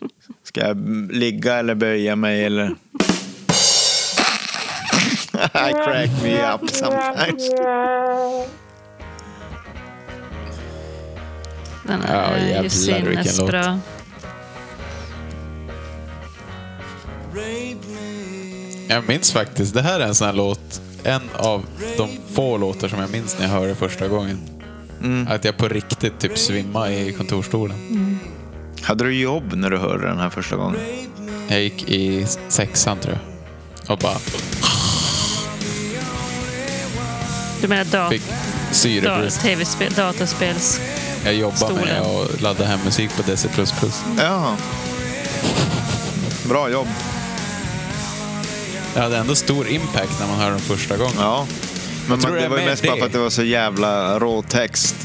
C: Ska jag ligga eller böja mig eller? I crack me up sometimes.
D: Den
G: Ja,
D: är ju
G: jävlar vilken låt.
D: sinnesbra.
B: Jag minns faktiskt, det här är en sån här låt, en av de få låtar som jag minns när jag hörde första gången.
C: Mm.
B: Att jag på riktigt typ svimma i kontorstolen.
C: Hade du jobb när du hörde den här första gången?
B: Jag gick i sexan tror jag. Och bara
D: Du menar dat
B: fick syrebrist.
D: da- tv-spel, dataspels...
B: Jag jobbade med
D: Stolen.
B: att ladda hem musik på DC++.
C: Ja. Bra jobb.
B: Det hade ändå stor impact när man hörde dem första gången.
C: Ja. Men
B: tror
C: man,
B: det
C: det
B: är
C: var ju
B: med
C: mest bara
B: det.
C: för att det var så jävla rå text.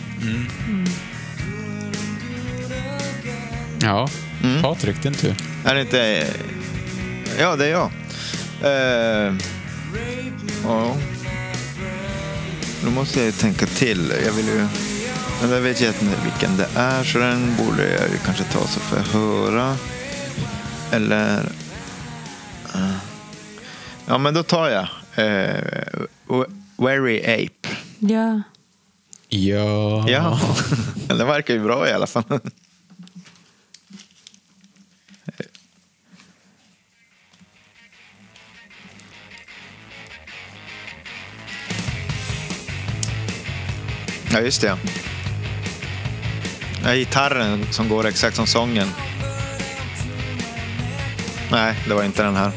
B: Ja.
C: Mm.
B: Patrik, din tur.
C: Är det inte... eh, Ja, det är jag. Eh, ja. Nu måste jag ju tänka till. Jag vill ju... Men jag vet jag inte vilken det är, så den borde jag ju kanske ta så får jag höra. Eller... eh. Ja, men då tar jag uh, Wary Ape.
D: Ja.
B: Ja.
C: Ja, det verkar ju bra i alla fall. Ja, just det. Ja, gitarren som går exakt som sången. Nej, det var inte den här.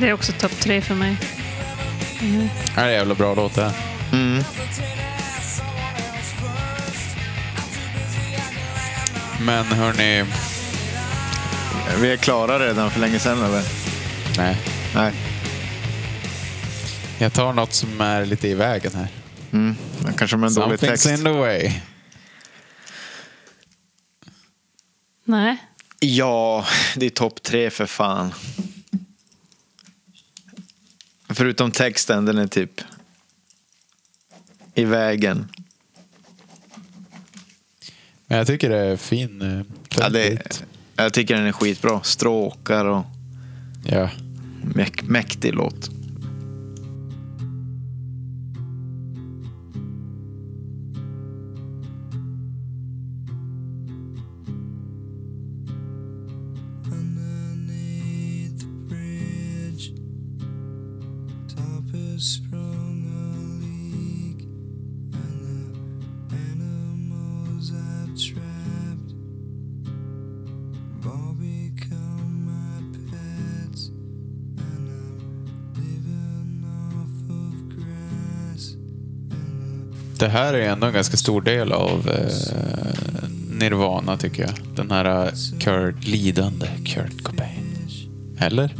D: Det är också topp tre för mig.
B: Det här är en jävla bra låt det här. Men hörni...
C: Vi är klara redan för länge sedan, eller?
B: Nej.
C: Nej,
B: Jag tar något som är lite i vägen här.
C: men kanske med en dålig text.
B: Something's in the way.
D: Nej.
C: Ja, det är topp tre för fan. Förutom texten, den är typ i vägen.
B: Men jag tycker det är fin. eh,
C: Ja, det,
B: väldigt-
C: jag tycker den är skitbra. Stråkar och
B: ja.
C: mäk, mäktig låt.
E: underneath the bridge. Top has sprung a leak, and the animals I've trapped have all become my pets. And I'm living off of grass.
B: Det här är ändå en ganska stor del av eh, Nirvana tycker jag. Den här eh, Kurt, lidande Kurt Cobain. Eller?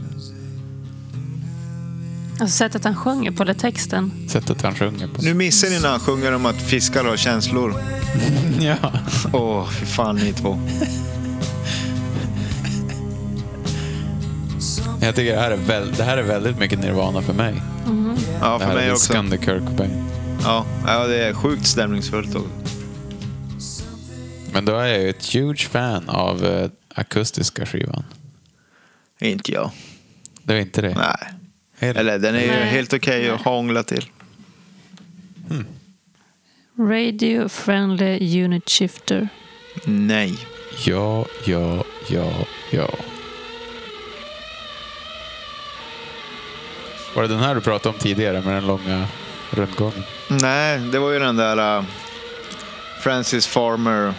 D: Alltså sättet han sjunger på, eller texten.
B: Sättet han sjunger på.
C: Nu missar ni när han sjunger om att fiskar har känslor.
B: Ja.
C: Åh, fy fan ni två.
B: Jag tycker det här, är väl, det här är väldigt mycket Nirvana för mig.
C: Ja,
B: Det
C: för
B: här
C: mig
B: är
C: också.
B: viskande Kurt Cobain.
C: Ja, ja, det är sjukt stämningsfullt. också.
B: Men då är jag ju ett huge fan av eh, akustiska skivan.
C: Inte jag.
B: Det är inte det?
C: Nej.
B: Är det?
C: Eller den är ju
D: Nej.
C: helt okej att hångla till.
D: Radio Friendly Unit Shifter.
C: Nej.
B: Ja, ja, ja, ja. Var det den här du pratade om tidigare med den långa rundgången?
C: Nej, det var ju den där uh, Francis Farmer.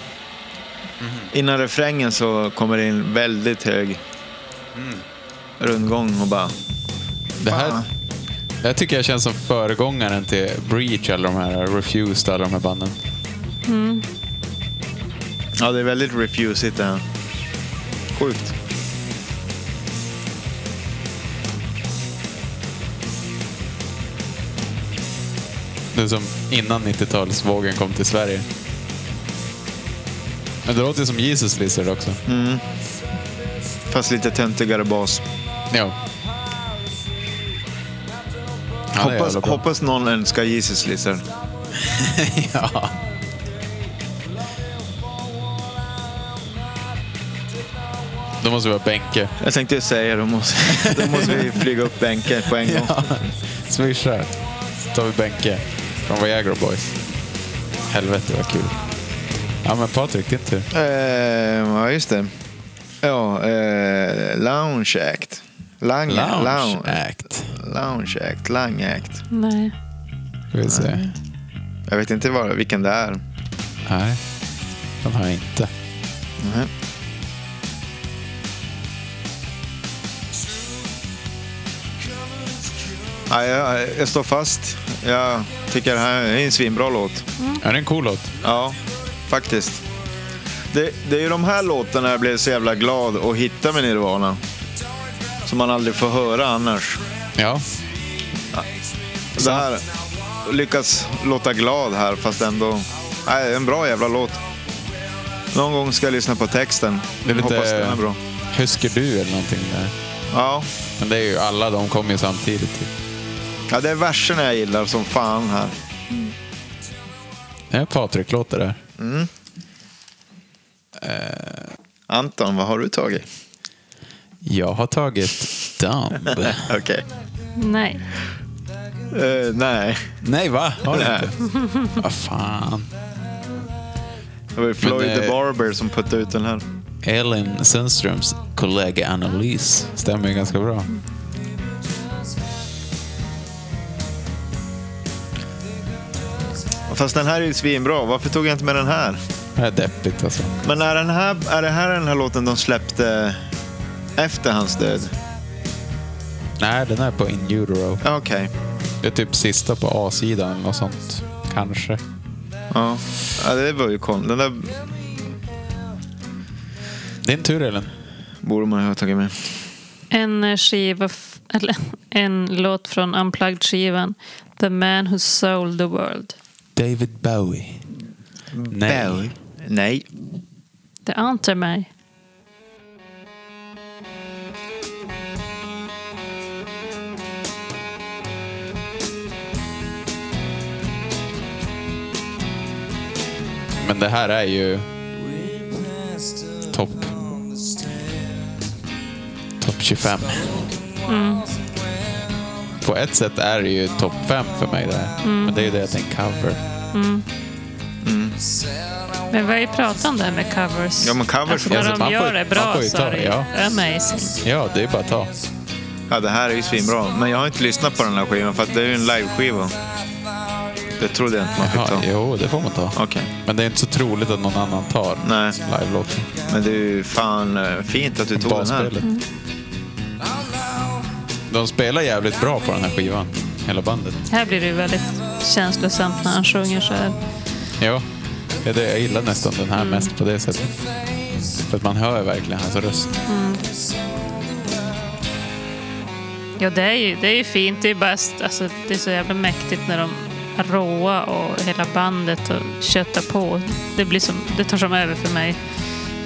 B: Mm-hmm.
C: Innan refrängen så kommer det in väldigt hög rundgång och bara...
B: Mm. Det här,
C: Fan.
B: det här tycker jag känns som föregångaren till Breach, alla de här Refused, alla de här banden.
C: Ja, det är väldigt refusigt det här. Sjukt.
B: Det är som innan 90-talsvågen kom till Sverige. Men det låter ju som Jesus Lizard också.
C: Fast lite töntigare bas.
B: Ja. Ja, det är
C: Hoppas,
B: jävla bra.
C: hoppas någon önskar Jesus Lizard.
B: ja. Då måste vi ha Benke.
C: Jag tänkte ju säga, då måste, då måste vi flyga upp bänken på en gång.
B: Ja. Swisha. tar vi Benke från Viagra Boys. Helvete vad kul. Ja men Patrik, din tur.
C: Eh, ja, just det. Ja, eh, lounge act. Lang,
B: Lounge
C: lounge,
B: Act.
C: lounge act. Lang act.
D: Nej.
B: Ska vi se.
C: Jag vet inte vad, vilken det är.
B: Nej, den har jag inte.
C: Mm. Nej. Nej, jag, jag står fast. Jag tycker det här är en svinbra låt.
B: Är det en cool låt?
C: Ja, faktiskt. Det, det är ju de här låtarna jag blev så jävla glad att hitta med Nirvana. Som man aldrig får höra annars.
B: Ja.
C: Det här lyckas låta glad här fast ändå... Nej, en bra jävla låt. Någon gång ska jag lyssna på texten.
B: Det är lite-
C: Hoppas den är bra.
B: Husker du eller någonting där?
C: Ja.
B: Men det är ju alla, de kommer ju samtidigt. Typ.
C: ja, det är verserna jag gillar som fan här.
B: Det är Eh, Patrik, låt det där.
C: Anton, vad har du tagit?
B: Jag har tagit Dumb.
C: Okej.
D: Nej.
C: Eh, nej,
B: Nej, va? Har du
C: Nej.
B: inte? Vad fan.
C: det var ju Floyd
B: eh,
C: the Barber som puttade ut den här.
B: Elin Sundströms kollega Annalise stämmer ju ganska bra.
C: Fast den här är ju svinbra. Varför tog jag inte med den här?
B: Det här är deppigt alltså.
C: Men är, den här, är det här den här låten de släppte efter hans död?
B: Nej, den är på In Utero.
C: Ja, Okej.
B: Det är typ sista på A-sidan eller något sånt. Kanske.
C: Ja. ja, det var ju konstigt. Den där
B: Din tur Elin.
C: borde man ju ha tagit med.
D: En eh, skiva, f- eller en låt från Unplugged-skivan. The man who sold the world.
B: David Bowie. Nej.
C: Bowie. Nej.
D: Det antar mig.
B: Men det här är ju topp. Topp 25. På ett sätt är det ju topp 5 för mig det här. Men det är ju det att det är en cover.
D: Men vi har ju pratat om det här med covers.
C: Ja, men covers.
D: När
B: Ja,
D: de
B: man får-
D: gör det
B: man
D: bra
B: får ju
D: så
B: ta
D: är det
B: det,
D: ju
B: ja.
D: amazing.
B: Ja, det är bara att ta.
C: Ja, det här är ju svinbra. Men jag har inte lyssnat på den här skivan för att det är ju en liveskiva. Det trodde jag inte man
B: Ja,
C: fick ta.
B: jo, det får man ta.
C: Okej.
B: Men det är inte så troligt att någon annan tar
C: Nej.
B: live-låten.
C: Men det är ju fan eh, fint att du tog den här.
B: Basspelet. De spelar jävligt bra på den här skivan. Hela bandet.
D: Här blir det ju väldigt känslosamt när han sjunger så här.
B: Ja, det är det jag gillar nästan den här mest på det sättet. För att man hör verkligen hans röst.
D: Ja, det är ju, det är ju fint. Det är, bara, alltså, det är så jävla mäktigt när de är råa och hela bandet och köttar på. Det, blir som, det tar som över för mig.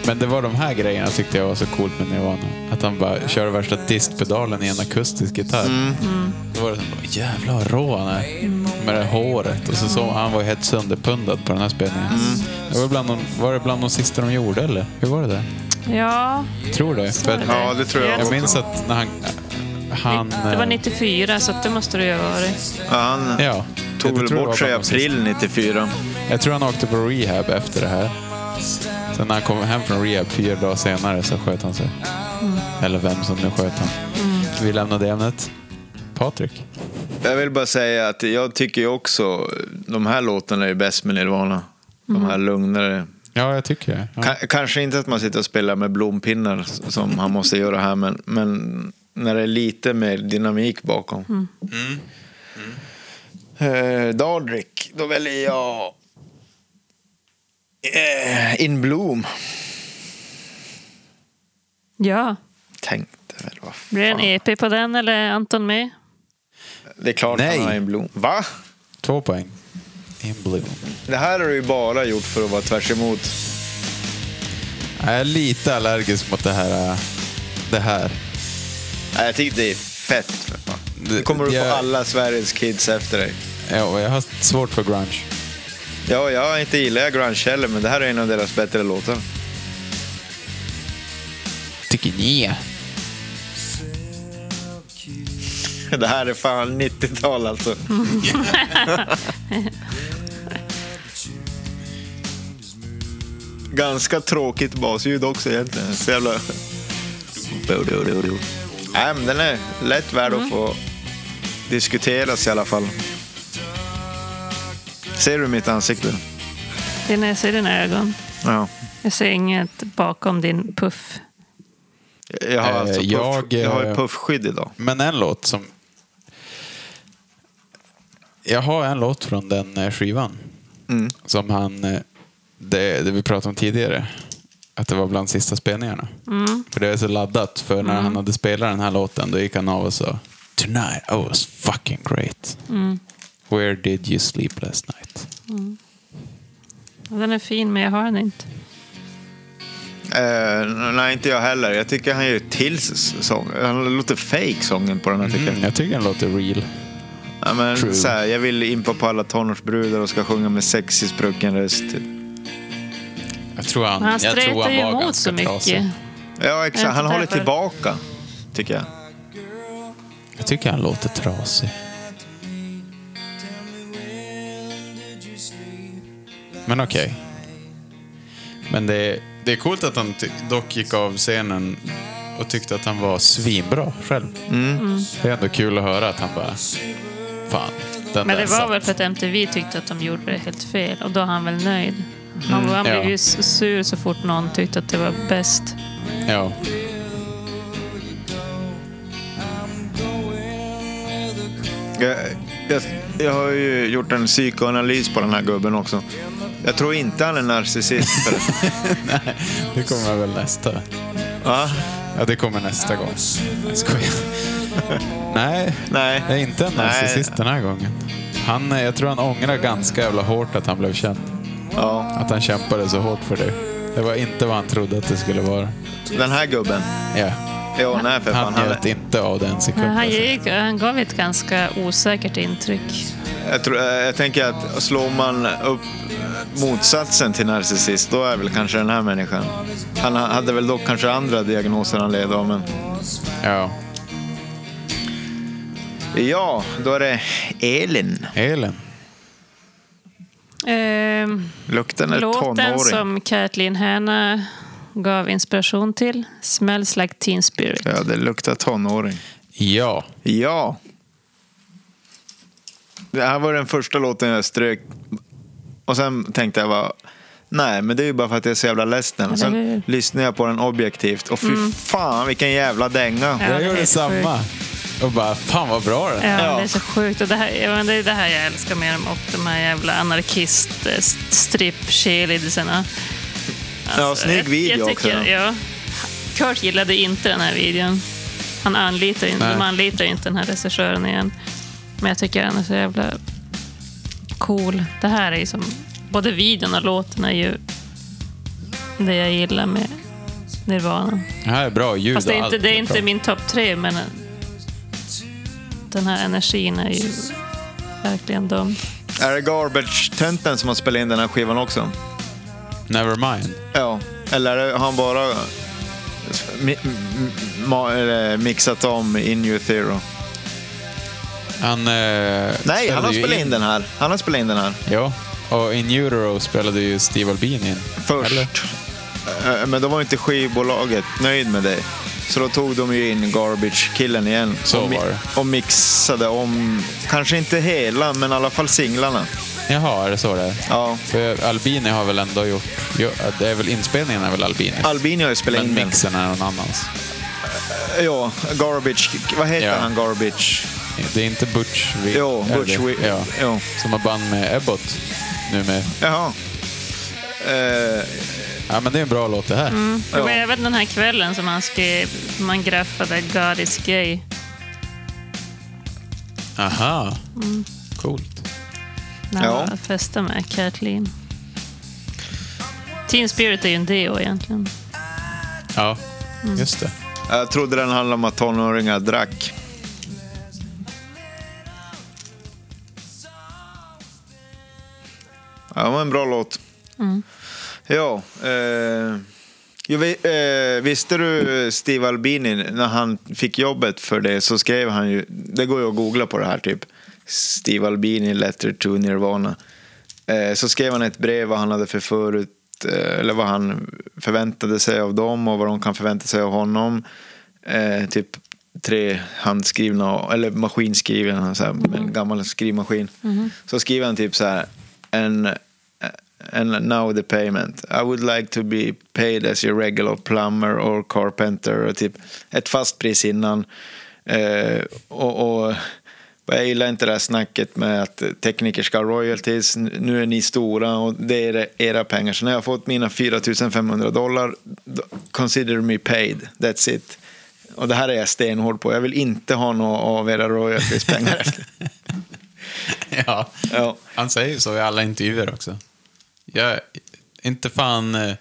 B: Men det var de här grejerna tyckte jag var så coolt med Nirvana. Att han bara kör värsta distpedalen i en akustisk gitarr. Mm. Då var det som, bara, jävlar vad rå han är. Med det här håret. Och så så, han var ju helt sönderpundad på den här spelningen. Det var, bland de, var det bland de sista de gjorde eller? Hur var det där?
D: Ja,
B: Tror det. För att,
C: Ja, det tror jag
B: jag
C: också.
B: minns att när han... han
D: det var
B: eh,
D: 94 så att det måste det ju ha varit.
C: Ja, han
B: Ja.
C: tog
B: Jag
C: väl
B: tror det var
C: bort sig i
B: bland de sista.
C: april 94.
B: Jag tror han åkte på rehab efter det här. Sen när han kom hem från rehab fyra dagar senare så sköt han sig. Eller vem som nu sköt han. Vi lämnar det ämnet. Patrik.
C: Jag vill bara säga att jag tycker ju också de här låtarna är bäst med Nirvana. De
B: Mm.
C: här lugnare.
B: Ja, jag tycker det. Ja.
C: Ka- kanske inte att man sitter och spelar med blompinnar som han måste göra här, men, men när det är lite mer dynamik bakom. Mm. Eh, Daldrick, då väljer jag eh, In Bloom.
D: Ja,
C: Tänkte väl, vad fan.
D: blir det en EP på den eller Anton med?
C: Det är klart Nej.
B: Nej.
C: han har In Bloom. Va?
B: Två poäng. In blue.
C: Det här har du ju bara gjort för att vara tvärs emot.
B: Jag är lite allergisk mot äh, det här. eh, Det här.
C: Nej, Jag tycker det är fett för fan. Nu kommer du få
B: jag,
C: alla Sveriges kids efter dig.
B: Ja, jag har svårt för grunge.
C: Ja, jag har inte gillat grunge heller, men det här är en av deras bättre låtar.
B: Tycker ni?
C: Det här är fan 90-tal alltså. Ganska tråkigt basljud också egentligen. Så jävla... Nej, men den är lätt värd att få diskuteras i alla fall. Ser du mitt ansikte?
D: Det är när jag ser dina ögon.
C: Ja.
D: Jag ser inget bakom din puff.
C: Jag har
B: Eh,
C: alltså puff, jag,
B: jag, eh,
C: har ju puffskydd idag.
B: Men en låt som... Jag har en låt från den eh, skivan. Som han... eh, Det, det vi pratade om tidigare. Att det var bland sista spelningarna.
D: Mm.
B: För det är så laddat. För när han hade spelat den här låten då gick han av och sa Tonight I was fucking great.
D: Mm.
B: Where did you sleep last night?
D: Den är fin, men jag har den inte.
C: Eh, nej, inte jag heller. Jag tycker han gör till sång. Han låter fake sången på den här tycker jag.
B: Mm, jag tycker den låter real.
C: Ja, men,
B: True.
C: så här, jag vill impa på alla tonårsbrudar och ska sjunga med sexig sprucken röst. typ.
B: Jag tror han,
D: Men han
B: jag tror
D: stretar
B: han
D: ju
B: var
D: emot
B: ganska
D: så mycket.
B: trasig.
C: Ja,
D: Jag
C: exakt. Han
D: tittar
C: håller
D: på det.
C: tillbaka, tycker jag.
B: Jag tycker han låter trasig. Men okej. Men det är, det är coolt att han ty- dock gick av scenen och tyckte att han var svinbra själv.
D: Mm.
B: Det är ändå kul att höra att han bara... Fan, den
D: Men
B: där
D: det var
B: satt.
D: väl för att MTV tyckte att de gjorde det helt fel och då är han väl nöjd. Han, han blev
B: Mm. ja.
D: ju s- sur så fort någon tyckte att det var bäst.
B: Ja.
C: Jag, jag, jag har ju gjort en psykoanalys på den här gubben också. Jag tror inte han är narcissist. För,
B: Det kommer väl nästa.
C: va?
B: Ja, det kommer nästa gång. Jag skojar. Nej,
C: Nej.
B: det är inte en
C: Nej.
B: narcissist den här gången. Han, eh, jag tror han ångrar ganska jävla hårt att han blev känd.
C: Ja.
B: Att han kämpade så hårt för det. Det var inte vad han trodde att det skulle vara.
C: Den här gubben.
B: Ja,
C: Ja, nej för fan.
B: han
C: Han
B: njöt
C: är,
B: inte av den
D: Men
B: sekunden.
D: han, gick, han gav ett ganska osäkert intryck.
C: jag, tror, eh, jag tänker att slår man upp motsatsen till narcissist, då är väl kanske den här människan. Han hade väl dock kanske andra diagnoser han led av, men...
B: Ja.
C: Ja, då är det Elin.
B: Elin.
D: Ehm,
C: Lukten är tonåring.
D: låten som Kathleen Hanna gav inspiration till, Smells like teen spirit.
C: Ja, det luktar tonåring.
B: Ja.
C: Ja. Det här var den första låten jag strök. Och sen tänkte jag bara, nej men det är ju bara för att jag är så jävla ledsen. Och
D: Eller hur?
C: sen lyssnade jag på den objektivt och fy fan vilken jävla dänga.
D: Mm. Ja,
B: Jag
D: det är
B: gjorde
D: helt
B: samma. Och bara, fan vad bra den är.
D: Ja,
C: Ja.
D: Det är så sjukt. Och det, här, ja, men det är det här jag älskar med dem och de här jävla anarkist eh, strip cheerleadersarna
C: ja, snygg video
D: jag, jag
C: också.
D: tycker, Ja. Kurt gillade inte den här videon. Han anlitar, inte-
B: Nej.
D: de anlitar inte den här regissören igen. Men jag tycker han är så jävla cool. Det här är ju som... Både videon och låten är ju det jag gillar med Nirvana.
B: Det här är bra ljud
D: Fast det är
B: och
D: inte,
B: allt liksom.
D: det
B: bra.
D: är
C: liksom.
D: inte min topp tre, men den här energin är ju verkligen dum.
C: Är det Garbage-tönten som har spelat in den här skivan också?
B: Nevermind.
C: Ja, eller är det- har han bara mi- m- ma- eller mixat om In New Theory?
B: Han... Eh,
C: Nej, han har
B: ju
C: spelat in den här. Han har spelat in den här.
B: Ja. Och in Euro spelade ju Steve Albin in.
C: först.
B: Eller?
C: Eh, Men då var inte skivbolaget nöjd med det. Så då tog de ju in Garbage-killen igen.
B: Så
C: och, mi-
B: var det.
C: och mixade om, kanske inte hela, men i alla fall singlarna.
B: Jaha, är det så det är?
C: Ja.
B: För Albini har väl ändå gjort... Jo, det är väl inspelningen är väl Albini?
C: Albini har ju spelat
B: Men
C: in den.
B: mixen är någon annans.
C: Ja, Garbage. Vad heter
B: Ja.
C: han, Garbage?
B: Det är inte Butch Vig.
C: Jo,
B: är
C: Butch
B: det?
C: Vig-
B: Ja.
C: jo.
B: Som har band med Ebbot nu med.
C: Jaha. Eh,
B: Ja, men det är en bra låt det här.
D: Det var
C: Ja.
D: även den här kvällen som han skrev, som han graffade God is gay.
B: Aha. Coolt.
D: när han
C: Ja.
D: var och festade med Kathleen. Teen Spirit är ju en deo egentligen.
B: Ja, just det.
C: jag trodde den handlade om att tonåringar drack. Ja, det var en bra låt. Ja, eh, jag vet, eh, visste du Steve Albini, när han fick jobbet för det så skrev han ju, det går ju att googla på det här typ, Steve Albini letter to Nirvana. Eh, så skrev han ett brev vad han hade för förut, eh, eller vad han förväntade sig av dem och vad de kan förvänta sig av honom. Eh, typ tre handskrivna, eller maskinskrivna, så här, med en gammal skrivmaskin. Så skriver han typ så här, en And now the payment. I would like to be paid as your regular plumber or carpenter. Och typ ett fast pris innan. Eh, och, och jag gillar inte det här snacket med att tekniker ska ha royalties. Nu är ni stora och det är era pengar. Så när jag har fått mina 4 500 dollar, consider me paid. That's it. Och det här är jag stenhård på. Jag vill inte ha några av era royalties-pengar.
B: Ja.
C: ja.
B: Han säger ju så i alla intervjuer också. Jag, inte fan eh,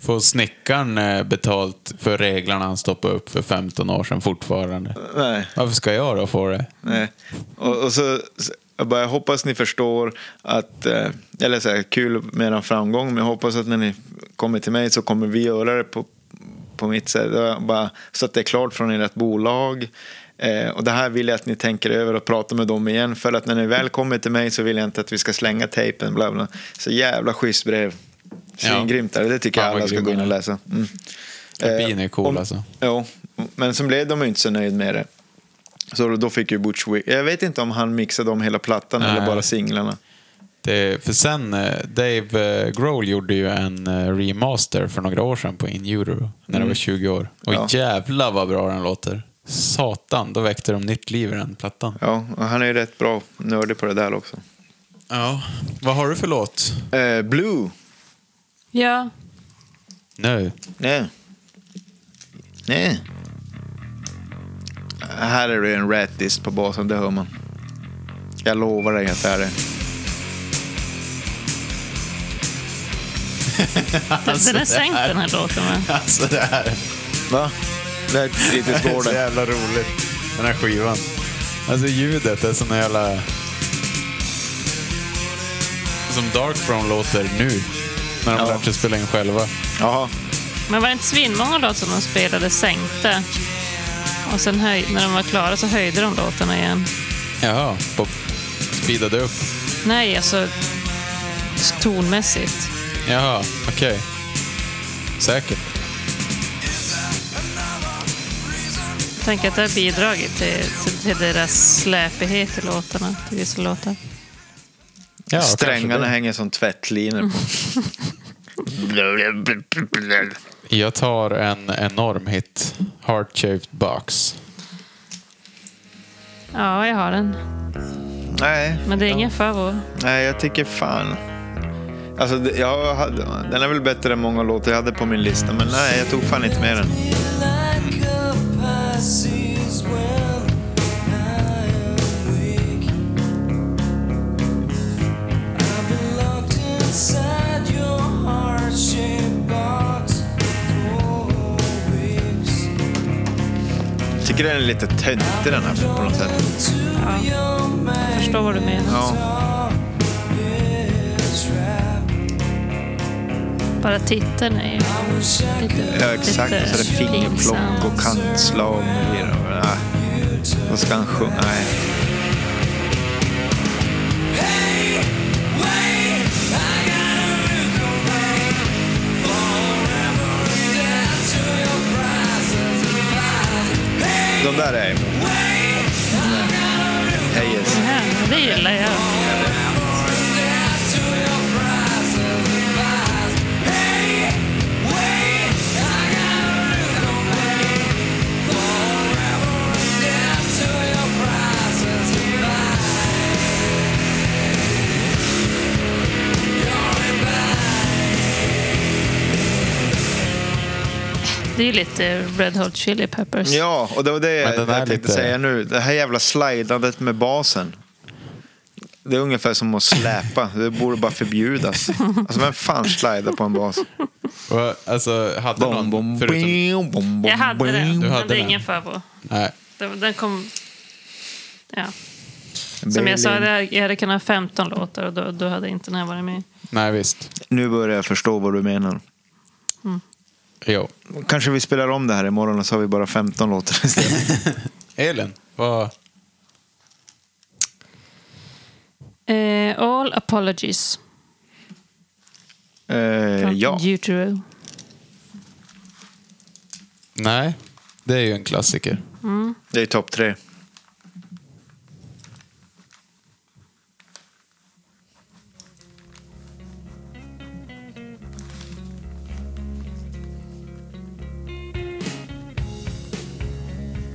B: får snickaren eh, betalt för reglarna han stoppade upp för 15 år sedan fortfarande.
C: Nej.
B: Varför ska jag då få det?
C: Nej. Och, och så, så jag bara, jag hoppas ni förstår att, eh, eller så här, kul med er framgång, men jag hoppas att när ni kommer till mig så kommer vi göra det på, på mitt sätt. Jag Bara, så att det är klart från ert bolag. Eh, och det här vill jag att ni tänker över och pratar med dem igen, för att när ni väl kommer till mig så vill jag inte att vi ska slänga tejpen. Bla bla. Så jävla schysst brev. Svingrymt är det, det tycker jag
B: Fan, vad
C: alla ska
B: grym
C: gå in
B: han
C: och
B: är.
C: läsa. Mm. Eh,
B: Bin är cool
C: om-
B: alltså.
C: Jo, men som blev de ju inte så nöjd med det. Så då- då fick ju Butch Vig- Jag vet inte om han mixade om hela plattan eller
B: Nej.
C: bara singlarna.
B: det. För sen, eh, Dave eh, Grohl gjorde ju en eh, remaster för några år sedan på In Euro, när det var 20 år. Och
C: Ja.
B: jävla vad bra den låter. Satan, då väckte de nytt liv i den plattan.
C: Ja, och han är ju rätt bra nördig på det där också.
B: Ja. Vad har du för låt?
C: Eh, Blue.
D: Ja,
B: Nu.
C: Nej. Nej. Här är det en ratist på basen, det hör man. Jag lovar dig att det är det. Alltså,
D: den är sänkt den här låten va?
B: Alltså det här är
C: Va? Det är
B: så
C: fritidsgården.
B: jävla roligt. Den här skivan. Alltså ljudet är sån jävla... Som Dark Throne låter nu. När de
C: Ja.
B: lärt sig spela in själva.
C: Jaha.
D: Men var det inte svinmånga låtar som de spelade sänkte? Och sen höj, när de var klara så höjde de låtarna igen.
B: Jaha, pop. Speedade upp.
D: Nej, alltså tonmässigt.
B: Jaha, okej. Säkert.
D: Jag tänker att det har bidragit till, till, till deras släpighet i låtarna, till vissa låtar.
B: Ja,
C: Strängarna
B: kanske
C: hänger som tvättlinor på.
B: det. Jag tar en enorm hit. Heart-shaped box.
D: Ja, jag har den.
C: Nej.
D: Men det är ingen favorit.
C: Nej, jag tycker fan. Alltså, det- jag hade, den är väl bättre än många låtar jag hade på min lista, men nej, jag tog fan inte med den.
G: Like a Pisces when I am weak. I've been locked inside your heart-shaped box for weeks.
C: Jag tycker den är lite töntig den här på något sätt.
D: Jag förstår vad du menar.
C: Ja,
G: It's wrapped.
D: Bara titeln är ju
G: I wish I
D: lite,
C: ja exakt.
D: lite
C: Och så är det fingerplock och
D: pinsam.
C: kantslag. och grejer. Nej, Vad ska han sjunga? Nej. De där är... Hejes.
D: Ja, det gillar jag. Det är ju lite Red Hot Chili Peppers.
C: Ja, och det var det
B: Men den
C: jag
B: är
C: tänkte
B: lite-
C: säga nu. Det här jävla slidandet med basen. Det är ungefär som att släpa. Det borde bara förbjudas. Alltså vem fan slidar på en bas?
B: Och, alltså, hade
C: Bom,
B: någon...
C: bom,
B: förutom,
C: bing, bom, bom,
D: Jag hade den,
B: Du
C: bing.
D: men
B: hade
D: det är
B: den.
D: ingen favorit.
B: Nej.
D: Den, den kom... Ja. Som jag sa, det- jag hade kunnat ha 15 låtar och då, då hade inte den här varit med.
B: Nej, visst.
C: Nu börjar jag förstå vad du menar.
B: Jo.
C: Kanske vi spelar om det här imorgon och så har vi bara 15 låtar istället.
B: Elin, vad...
D: Eh, all apologies
C: eh,
B: Eh,
D: från
C: ja.
D: U2.
B: Nej, det är ju en klassiker.
C: Det är topp tre.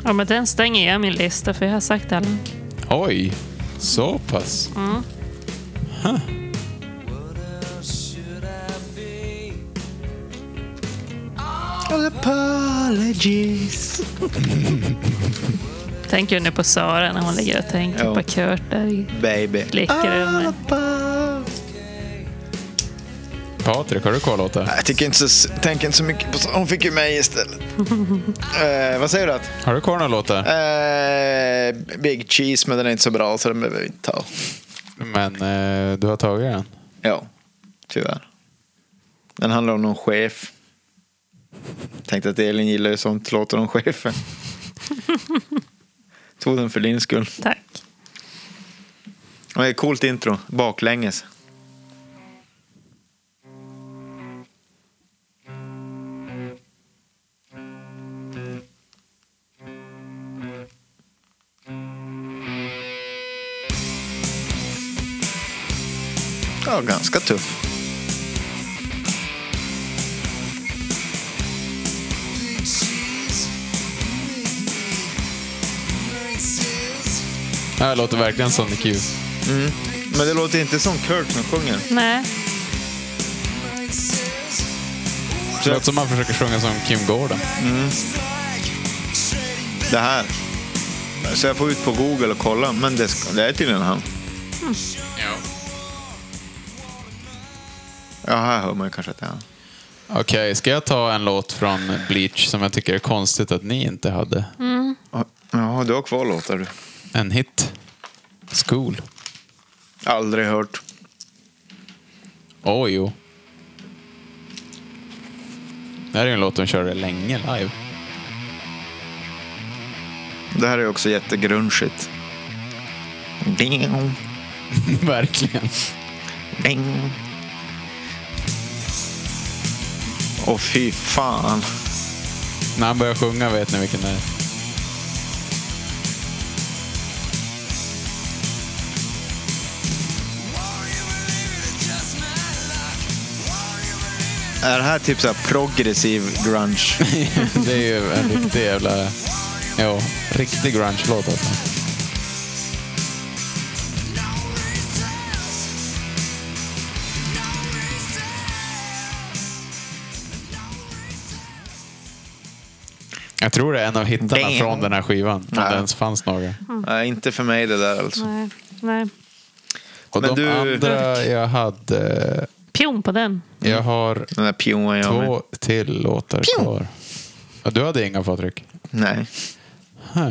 D: Ja, men den stänger jag min lista för jag har sagt alla.
B: Oj, så pass.
C: Apologies.
D: Tänker nu på Sara när hon ligger och tänker
C: Ja.
D: på Kurt där i
C: Baby.
B: Ah.
D: lekrummet.
B: Patrik, har du kvar låtar?
C: Jag tycker inte så, tänker inte så mycket på så- Hon fick ju mig istället. eh, vad säger du? Att?
B: Har du kvar några låtar?
C: Eh, Big Cheese, men den är inte så bra så den behöver vi inte ta.
B: Men eh, du har tagit den.
C: Ja, tyvärr. Den handlar om någon chef. Tänkte att Elin gillar ju sånt, låter om chefen. Tog den för din skull.
D: Tack.
C: Det är ett coolt intro, baklänges. Ja, ganska tuff.
B: Det här låter verkligen som Sonic Youth.
C: Men det låter inte som Kurt som sjunger.
D: Nej,
B: Det låter som man försöker sjunga som Kim Gordon.
C: Det här. Så jag får ut på Google och kolla, men det, ska, det är tydligen han. Ja, här hör man ju kanske att det är han.
B: Okej, ska jag ta en låt från Bleach som jag tycker är konstigt att ni inte hade?
C: Ja, du har kvar låtar du.
B: En hit. School.
C: Aldrig hört.
B: Åh jo. Det här är ju en låt de körde länge live.
C: Det här är också jättegrunchigt. Ding,
B: Verkligen.
C: ding. Åh fy fan.
B: När han börjar sjunga vet ni vilken det är.
C: Är det här typ så här progressiv grunge?
B: Det är ju en riktig jävla... Ja, riktig grunge-låt alltså. Jag tror det är en av hittarna
C: Damn.
B: från den här skivan. Om
C: Ja.
B: det ens fanns några.
C: Nej, inte för mig det där alltså.
D: nej, nej.
B: Och
C: Men
B: de
C: du-
B: andra jag hade...
D: Pion på den.
B: Jag
C: Mm.
B: har
C: Den där pionen jag med.
B: två till låtar kvar. Ja, Du hade inga Patrik?
C: Nej.
B: Huh.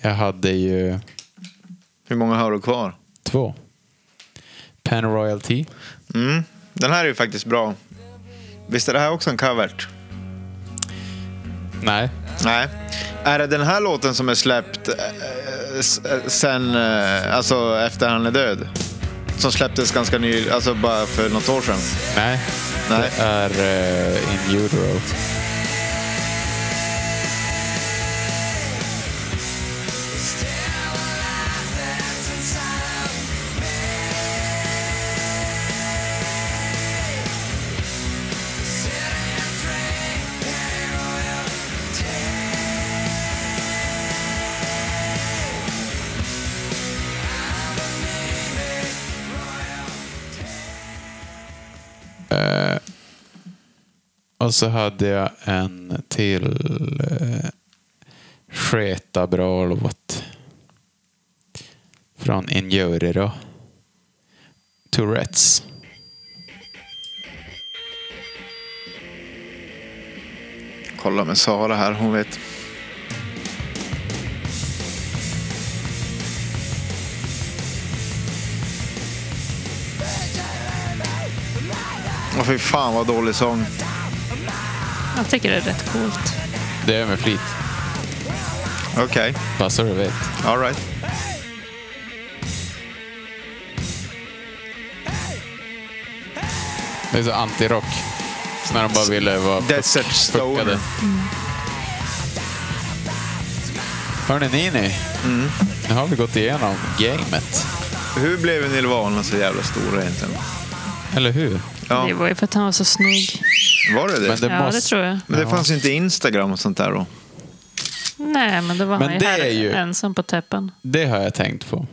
B: Jag hade ju
C: Hur många har du kvar?
B: två. Pen Royalty.
C: Mm. Den här är ju faktiskt bra. Visst är det här också en cover?
B: Nej.
C: Nej. Är det den här låten som är släppt eh, s- eh, sen, eh, alltså efter han är död? Som släpptes ganska ny, alltså bara för något år sedan?
B: Nej.
C: Nej.
B: Det är eh, In Utero. Och så hade jag en till eh, sketa bra låt. Från In Utero. Tourettes.
C: Kolla med Sara här, hon vet. Åh, fy fan vad dålig sång.
D: Jag tycker det är rätt coolt.
B: Det är med flit.
C: Okej,
B: Bara så du vet.
C: alright.
B: Det är så anti-rock. Så när de bara ville vara
C: Desert
B: fuck-
C: Stoner.
B: fuckade. Mm. Hörni, ni, ni. Nu har vi gått igenom gamet.
C: Hur blev Nirvana så jävla stora egentligen?
B: Eller hur?
C: Ja,
D: Det var ju för att han var så snygg.
C: var det det? Men
B: Men
C: det,
B: det-
D: ja,
B: måste-
D: det tror jag.
C: fanns ju inte Instagram och sånt där då.
D: Nej, men då var
B: Men
D: han ju
B: det
D: här
B: är ju-
D: ensam på täppen.
B: Det har jag tänkt på.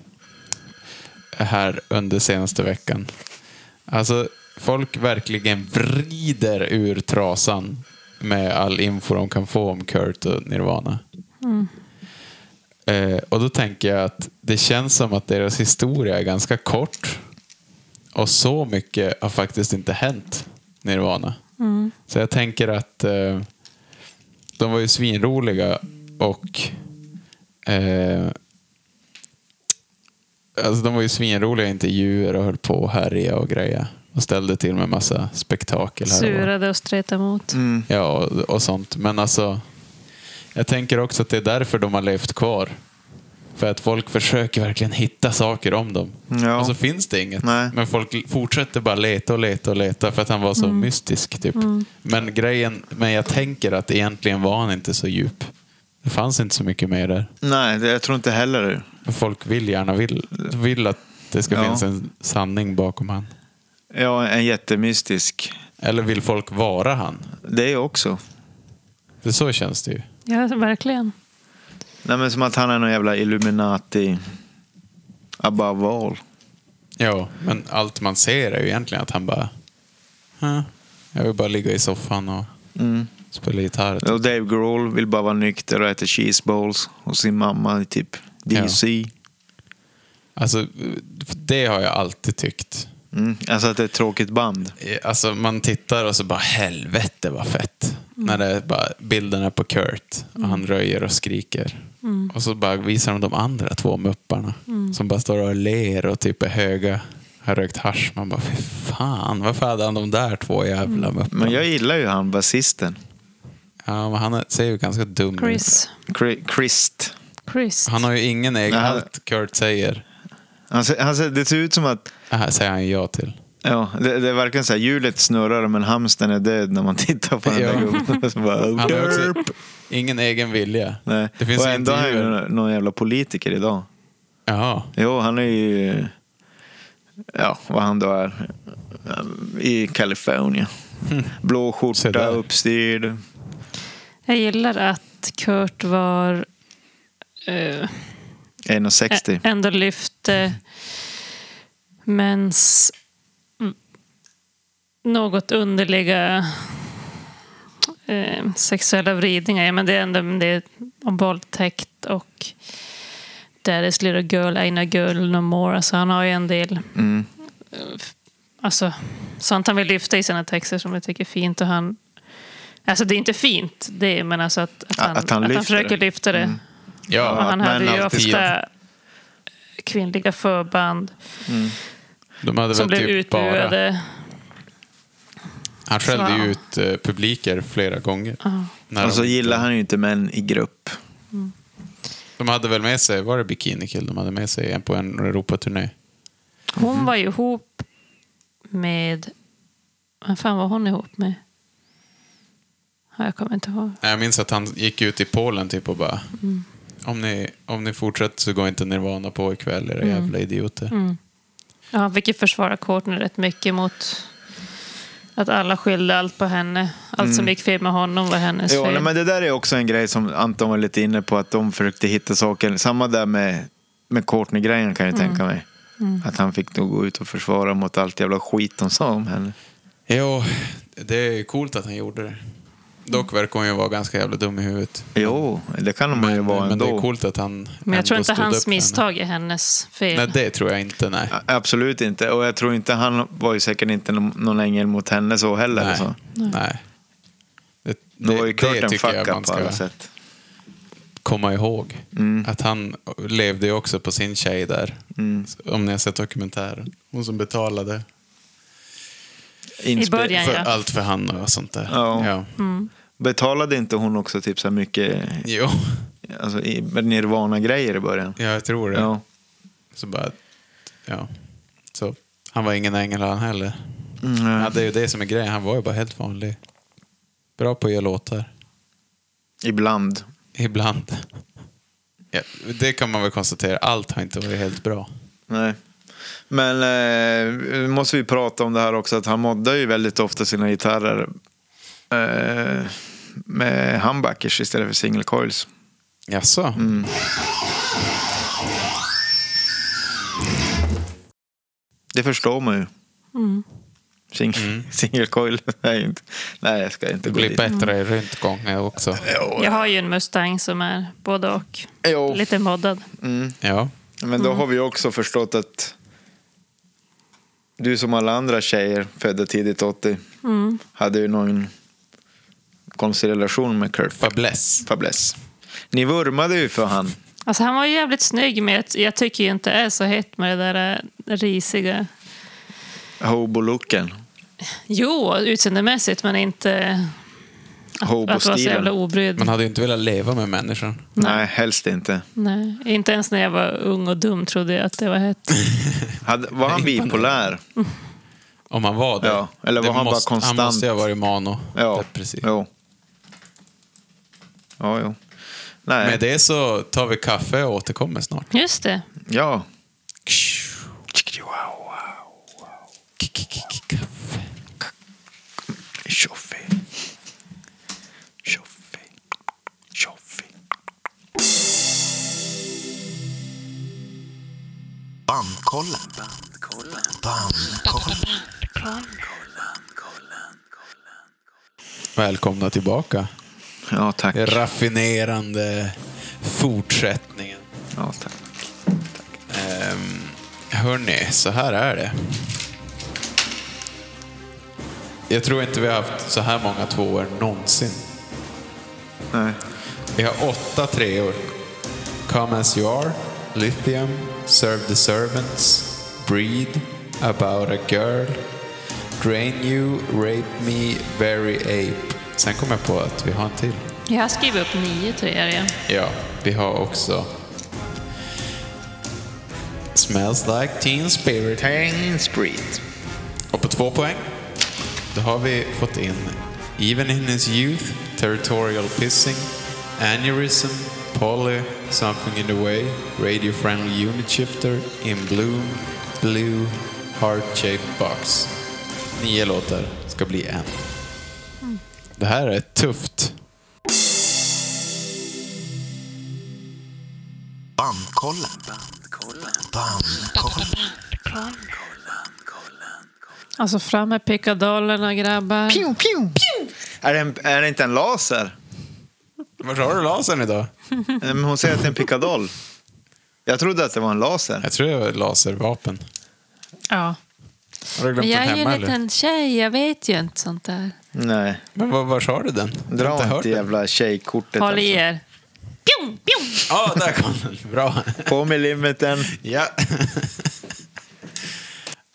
B: Här under senaste veckan. Alltså, folk verkligen vrider ur trasan med all info de kan få om Kurt och Nirvana. Eh, och då tänker jag att det känns som att deras historia är ganska kort. Och så mycket har faktiskt inte hänt Nirvana. Så jag tänker att eh, de var ju svinroliga och eh, Alltså de var ju svinroliga i intervjuer och höll på och härja och greja. Och ställde till med massa spektakel. Här och var.
D: Surade och stretade emot.
B: Ja, och, och sånt. Men alltså, jag tänker också att det är därför de har levt kvar. För att folk försöker verkligen hitta saker om dem.
C: Ja.
B: Och så finns det inget.
C: Nej.
B: Men folk l- fortsätter bara leta och leta och leta för att han var så mystisk. Typ. Men grejen, men jag tänker att egentligen var han inte så djup. Det fanns inte så mycket mer där.
C: Nej, det, jag tror inte heller det.
B: Men Folk vill gärna vill, vill att det ska
C: Ja.
B: finnas en sanning bakom han.
C: Ja, en jättemystisk.
B: Eller vill folk vara han?
C: Det är också.
B: För så känns det ju.
D: Ja, verkligen.
C: Nej, men som att han är någon jävla Illuminati. Above all.
B: Ja, men allt man ser är ju egentligen att han bara... "Huh, Jag vill bara ligga i soffan och
C: Mm.
B: spela gitarr.
C: Och Dave Grohl vill bara vara nykter och äta cheese balls och sin mamma i typ DC.
B: Alltså, det har jag alltid tyckt.
C: Mm. Alltså att det är ett tråkigt band.
B: Eh, Alltså, man tittar och så bara helvete vad fett. När det är bara bilderna på Kurt och han röjer och skriker. Och så bara visar de de andra två mupparna som bara står och ler och typ är höga. Har rökt hasch. Man bara, fy fan, varför hade han de där två jävla mupparna?
C: Men jag gillar ju han, basisten.
B: Ja, men han är- ser ju ganska dum ut.
D: Chris.
C: Chri- Christ.
D: Chris.
B: Mm. Han har ju ingen egen...
C: Nej.
B: Allt Kurt säger
C: Han, ser- han, ser- det ser ut som att
B: äh, säger han ja till.
C: Ja, det, det är verkligen så här, hjulet snurrar men hamsten är död när man tittar på den
B: Ja.
C: där gubben. Så bara,
B: Han har också
C: derp.
B: ingen egen vilja.
C: Nej.
B: Det finns
C: och
B: ju
C: ändå är han ju
B: intervjuer.
C: någon- någon jävla politiker idag.
B: Jaha.
C: Jo, han är ju... Ja, vad han då är. I Kalifornien. Blå
B: Se
C: skjorta,
B: där.
C: uppstyrd.
D: Jag gillar att Kurt var... eh,
C: 1,60.
D: Ä- Ändå eh, lyfte mäns mm, något underliga eh, sexuella vridningar. Ja, men det är ändå det är om våldtäkt och Daddy's little girl ain't a girl no more. Alltså han har ju en del
C: Mm.
D: eh, f- alltså, sånt han vill lyfta i sina texter som jag tycker är fint. Och han, alltså det är inte fint, det, men alltså att, att, han,
C: att han lyfter
D: försöker
C: det. Mm.
D: lyfta det. Och
B: Ja,
C: Ja.
D: han
C: att
D: hade
C: män
D: ju
C: alltid-
D: ofta kvinnliga förband
B: de hade
D: som
B: väl
D: blev
B: typ bara...
D: utbuade.
B: Han skällde ju
D: Ja.
B: ut eh, publiker flera gånger. När
C: Och så
B: de,
C: gillar han ju inte män i grupp.
B: de hade väl med sig, var det Bikini Kill de hade med sig en på en Europaturné?
D: Hon var ju ihop med... Vem fan var hon ihop med? Ja, Jag kommer inte ihåg.
B: Nej, Jag minns att han gick ut i Polen typ och bara...
D: Mm.
B: Om, ni, om ni fortsätter så går inte Nirvana på ikväll,
D: Mm.
B: era jävla idioter.
D: Ja, han fick ju försvara Courtney rätt mycket mot att alla skyllde allt på henne. Allt
B: Mm.
D: som gick fel med honom var hennes
C: Jo, nej,
D: fel.
C: men det där är också en grej som Anton var lite inne på, att de försökte hitta saker. Samma där med, med Courtney-grejen kan jag tänka mig. Att han fick nog gå ut och försvara mot allt jävla skit de sa om henne.
B: Jo, det är coolt att han gjorde det. Dock verkar hon ju vara ganska jävla dum i huvudet.
C: Jo, det kan man ju vara
B: men
C: ändå.
B: det är coolt att han
D: Men jag tror
B: ändå
D: inte
B: stod upp
D: hans
B: för henne.
D: misstag är hennes fel.
B: Nej, det tror jag inte. Nej.
C: A- Absolut inte. Och jag tror inte han var ju säkert inte någon någon ängel mot henne så heller.
B: nej.
C: Så.
B: nej. Det,
C: Då
B: det,
C: var ju Kurt
B: det
C: en
B: tycker jag
C: fuck
B: man
C: up på alla
B: ska
C: sätt. Mm.
B: komma ihåg. Att han levde ju också på sin tjej
C: Mm.
B: där. Om ni har sett dokumentären. Hon som betalade.
C: inspe-
D: I början
B: För
D: ja. Mm.
B: Allt för han och sånt där.
C: Ja.
B: Ja.
C: Betalade inte hon också typ så här mycket
B: Jo,
C: alltså, i- Nirvana-grejer i början?
B: ja, jag tror det.
C: Ja.
B: Så bara, ja. Så, han var ingen ängel han heller.
C: Mm,
B: Ja, det är ju det som är grejen. Han var ju bara helt vanlig. Bra på att göra låtar.
C: Ibland.
B: Ibland. Ja, det kan man väl konstatera. Allt har inte varit helt bra.
C: Nej. Men eh, nu måste vi prata om det här också att han moddar ju väldigt ofta sina gitarrer eh, med humbuckers istället för single coils.
B: Jaså?
C: Det förstår man ju.
D: Mm.
C: Sing- Single coil. Nej, inte. Nej, jag ska inte
B: Det
C: gå
B: blir
C: dit.
B: bättre i ryntgången också.
D: Jag har ju en Mustang som är både och.
C: Jo.
D: Lite moddad.
B: Ja.
C: Men
D: Mm.
C: då har vi också förstått att du som alla andra tjejer födda tidigt 80
D: Mm.
C: hade ju någon konstig relation med Kurt
B: Fabless.
C: Fabless. Ni vurmade ju för han.
D: Alltså han var ju jävligt snygg men jag- jag tycker ju inte det är så hett med det där eh, risiga.
C: Hobo-looken.
D: Jo, utseendemässigt men inte att vara så jävla
C: Hobo-stilen.
D: obrydd.
B: Man hade ju inte velat leva med människan.
C: Nej, helst inte.
D: Nej, inte ens när jag var ung och dum trodde jag att det var hett.
C: Hade, var han bipolär?
B: Om han var det.
C: Ja, eller var
B: det
C: han bara
B: Han
C: konstant?
B: måste ju ha varit mano.
C: Ja,
B: Precis.
C: jo. Ja, jo. Nej,
B: Med det så tar vi kaffe och återkommer snart.
D: Just det.
C: ja.
B: Kaffe.
C: Tjoffi. Tjoffi. Tjoffi.
H: Bandkollen. Bandkollen.
B: Välkomna tillbaka.
C: Ja, tack.
B: Raffinerande fortsättningen.
C: Ja, tack.
B: Ehm, hörni, så här är det. Jag tror inte vi har haft så här många tvåor någonsin.
C: Nej.
B: Vi har åtta treor. Come as you are, Lithium, Serve the servants, Breed, About a girl, Drain you, Rape me, Very ape. Sen kom jag på att vi har en till.
D: Jag har skrivit upp nio treor igen.
B: Ja, vi har också Smells like teen spirit.
C: Tang Street.
B: Och på två poäng, då har vi fått in Even in his youth, territorial pissing, aneurysm, poly, something in the way, radio friendly unit shifter, in bloom, blue, heart shaped box. Nio låtar ska bli en. Det här är tufft.
H: Bandkollen. Bandkollen.
D: Alltså fram med pickadollerna grabbar.
C: Är det, en, är det inte en laser?
B: Var har du lasern idag?
C: Nej, Men hon säger att det är en pickadoll. Jag trodde att det var en laser.
B: Jag tror det var laservapen.
D: Ja.
B: Har du glömt
D: Men jag
B: den
D: är ju
B: hemma
D: en
B: eller?
D: liten tjej, jag vet ju inte sånt där.
C: Nej,
B: Men var, var har du den? Jag har
C: dra inte,
B: hört den.
C: jävla tjejkortet.
D: Håll i
C: alltså.
D: er. Pjong, pjong.
B: Ja, där kom den. Bra.
C: På med limiten.
B: Ja.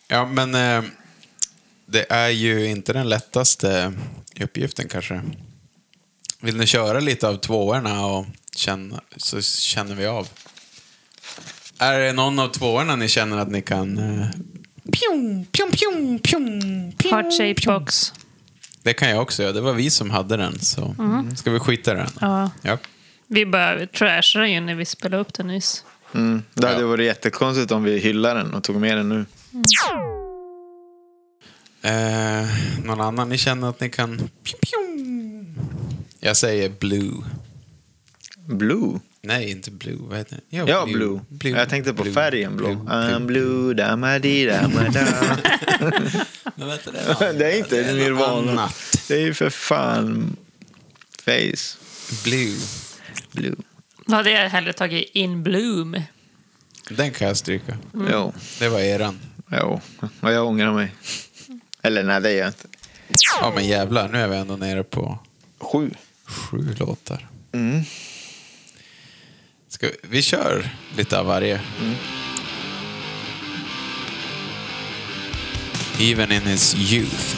B: ja, men eh, det är ju inte den lättaste uppgiften kanske. Vill ni köra lite av tvåorna och känna, så känner vi av. Är det någon av tvåorna ni känner att ni kan... Eh, pjong, pjong, pjong, pjong, pjong,
D: Heart shape
B: pjong?
D: box.
B: Det kan jag också göra. Det var vi som hade den. Så Ska vi skita i den?
D: Ja.
B: Mm. ja.
D: Vi bara trashade ju när vi spelade upp den nyss.
C: Mm. Det hade
B: Ja.
C: varit jättekonstigt om vi hyllade den och tog med den nu.
B: Eh, någon annan ni känner att ni kan... Pjong, pjong. Jag säger blue.
C: Blue.
B: Nej, inte blue. Vad heter det? Jo,
C: Ja, blue. Jag tänkte på färgen blå. Eh. I'm blue, damadi, damada.
B: Men vänta, det är något
C: Det är inte
B: något
C: Nirvana.
B: annat.
C: Det är ju för fan face.
B: Blue.
C: Blue.
D: Då hade jag hellre tagit In Bloom.
B: Den kan jag stryka.
C: Jo,
B: Det var eran.
C: jo. Och jag ångrar mig. Eller nej, det gör jag inte.
B: Ja, men jävlar. Nu är vi ändå nere på
C: Sju.
B: sju låtar.
C: Mm.
B: Ska vi, vi kör lite av varje.
C: Mm.
B: Even in his youth.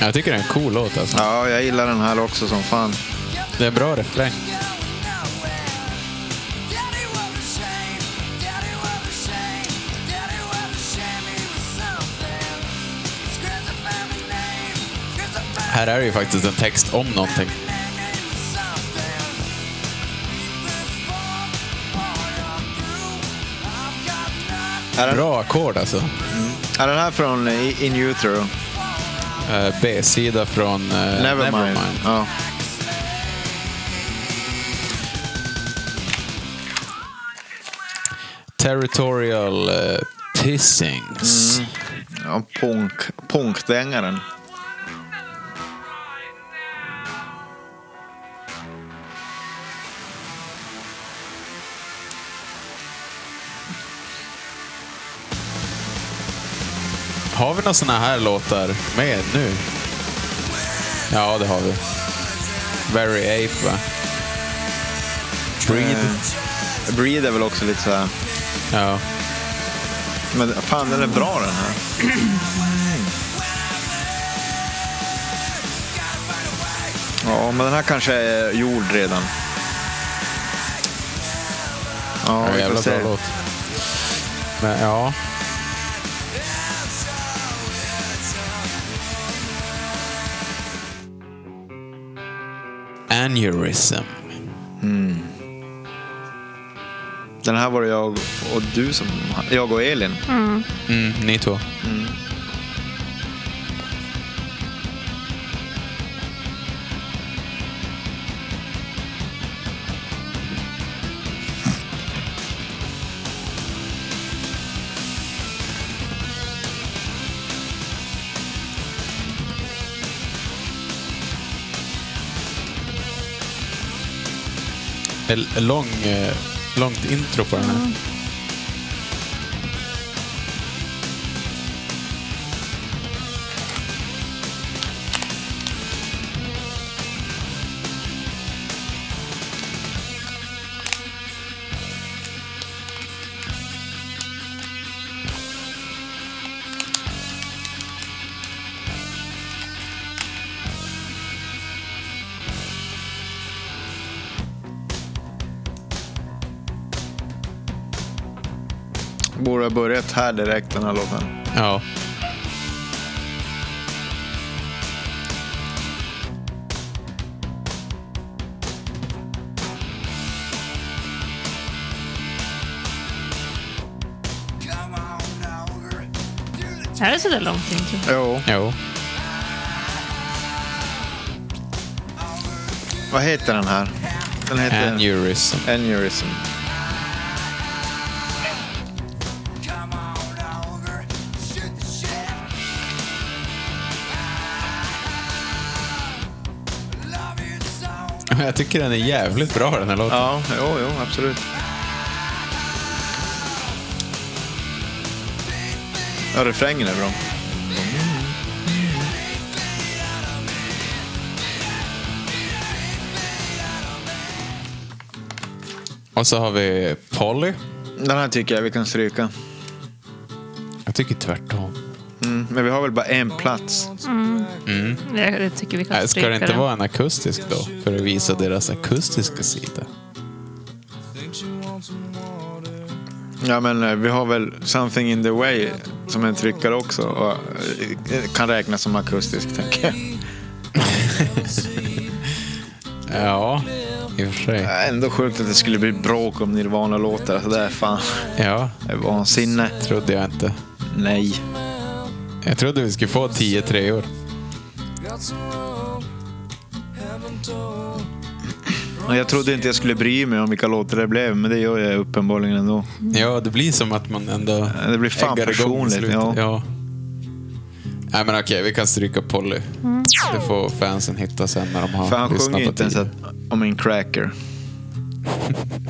B: Jag tycker det är en cool låt alltså.
C: Ja, jag gillar den här också som fan.
B: Det är en bra refräng. Här är det ju faktiskt en text om någonting.
C: Är den,
B: Bra ackord alltså.
C: är den här från eh, In Utero?
B: Eh, B-sida från eh,
C: Nevermind. Ja.
B: Territorial eh, Pissings.
C: Mm. ja punk, punkdängaren.
B: Har vi några såna här låtar med nu? Ja, det har vi. Very Ape, va? Breed.
C: Eh, Breed är väl också lite så här.
B: Ja.
C: Men fan, den är bra den här. Ja, men den här kanske är gjord redan.
B: Ja,
C: Ja, vi får
B: jävla bra
C: se.
B: låt. Men ja. Aneurysm.
C: Den här var det jag och du som... Jag och Elin.
B: Mm, ni två. En lång, eh, långt intro på den här.
C: Borde ha börjat här direkt, den här låten.
B: Ja.
D: Är det sådär långt intro?
C: Jo.
B: Jo.
C: Vad heter den här? Den heter...
B: Aneurysm.
C: Aneurysm.
B: Jag tycker den är jävligt bra den här låten.
C: Ja, jo, jo, absolut. Ja, refrängen är bra.
B: Och så har vi Polly.
C: Den här tycker jag vi kan stryka.
B: Jag tycker tvärtom.
C: Mm, men vi har väl bara en plats.
D: Jag, det tycker vi kan
B: Nej, ska
D: stryka
B: det inte
D: den.
B: vara en akustisk då? För att visa deras akustiska sida.
C: Ja, men eh, vi har väl Something in the way som en tryckare också. Och eh, kan räknas som akustisk, tänker jag.
B: Ja, i och för sig.
C: Ja, Ändå sjukt att det skulle bli bråk om Nirvana-låtar. Alltså, det är fan
B: Ja,
C: det är vansinne.
B: trodde jag inte.
C: Nej.
B: Jag trodde vi skulle få 10 treor.
C: Och Jag trodde inte jag skulle bry mig om vilka låtar det blev, men det gör jag uppenbarligen ändå.
B: Ja, det blir som att man ändå...
C: det blir fan
B: äggar igång i
C: personligt,
B: slutet.
C: ja.
B: ja. Nej men okej, vi kan stryka Polly.
D: Mm.
B: Det får fansen hitta sen när de har
C: För han
B: lyssnat
C: sjunger ju
B: på
C: inte ens
B: tio.
C: att, om en cracker.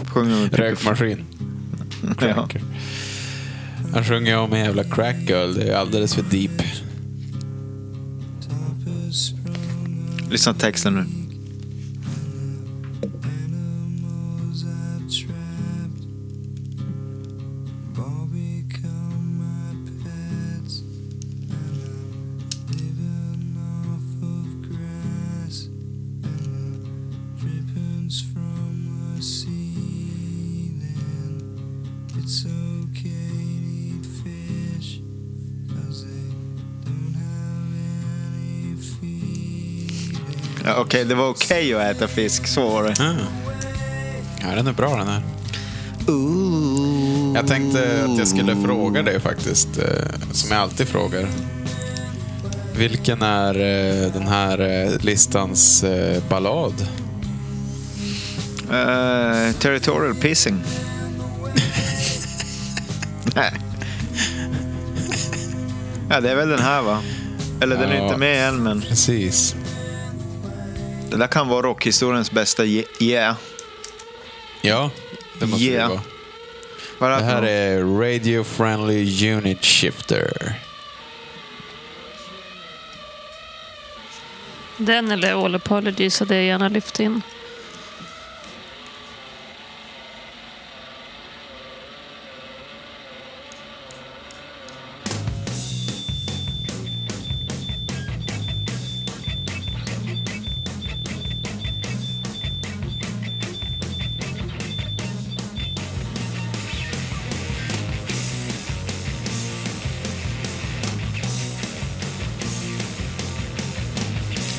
C: sjunger om typ,
B: Rökmaskin.
C: ja.
B: Cracker. Han sjunger om en jävla crack girl. Det är alldeles för deep.
C: Lyssna på texten nu. Ja, Okej, det var okej att äta fisk, så var det.
B: Ja, den är bra den här. Jag tänkte att jag skulle fråga dig faktiskt, eh, som jag alltid frågar. Vilken är eh, den här eh, listans eh, ballad?
C: Eh, territorial pissing. Nej. Ja, det är väl den här va? Eller den är
B: Ja.
C: inte med än, men
B: Precis.
C: det där kan vara rockhistoriens bästa ye- yeah.
B: Ja, det måste
C: Yeah.
B: det vara.
C: Vad
B: Det här
C: för något?
B: är Radio Friendly Unit Shifter.
D: Den eller All Apologies hade jag gärna lyft in.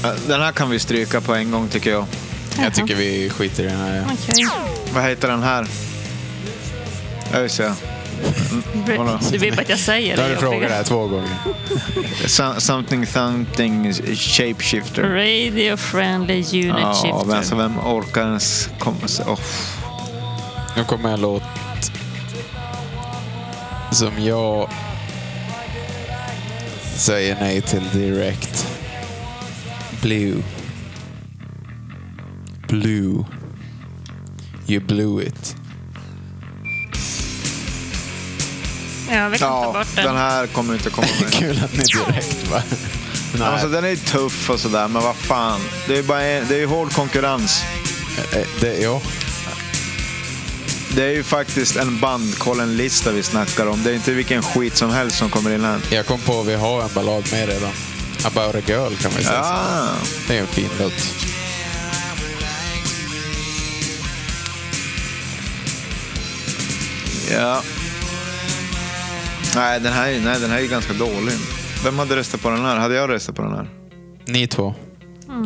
C: Ja, Den här kan vi stryka på en gång tycker jag.
B: Jag tycker vi skiter i den här.
D: Okej.
C: Vad heter den här? Ja, just det. Vadå?
D: Du vill bara att jag säger
B: Då
D: det.
B: har du frågat det
D: jobbiga.
B: här två gånger.
C: So- Something something shapeshifter.
D: Radio Friendly Unit
C: Ja,
D: Shifter.
C: men alltså vem orkar ens komma sig... Oh.
B: Nu kommer en låt som jag säger nej till direkt. Blue. Blue. You blew it.
D: Ja, vi kan ta
C: Ja,
D: bort den.
C: den här kommer inte komma med.
B: Kul att ni direkt va?
C: Ja,
B: Nej,
C: Alltså, den är ju tuff och sådär, men vad fan. Det är ju bara en, det är ju hård konkurrens.
B: eh, det, ja.
C: Det är ju faktiskt en bandkollen-lista vi snackar om. Det är inte vilken skit som helst som kommer in här.
B: Jag kom på att vi har en ballad med redan. About a girl kan vi säga.
C: Ah,
B: Det är en fin låt.
C: ja. Nej, den här, är- nej, den här är ju ganska dålig. Vem hade röstat på den här? Hade jag röstat på den här?
B: Ni två.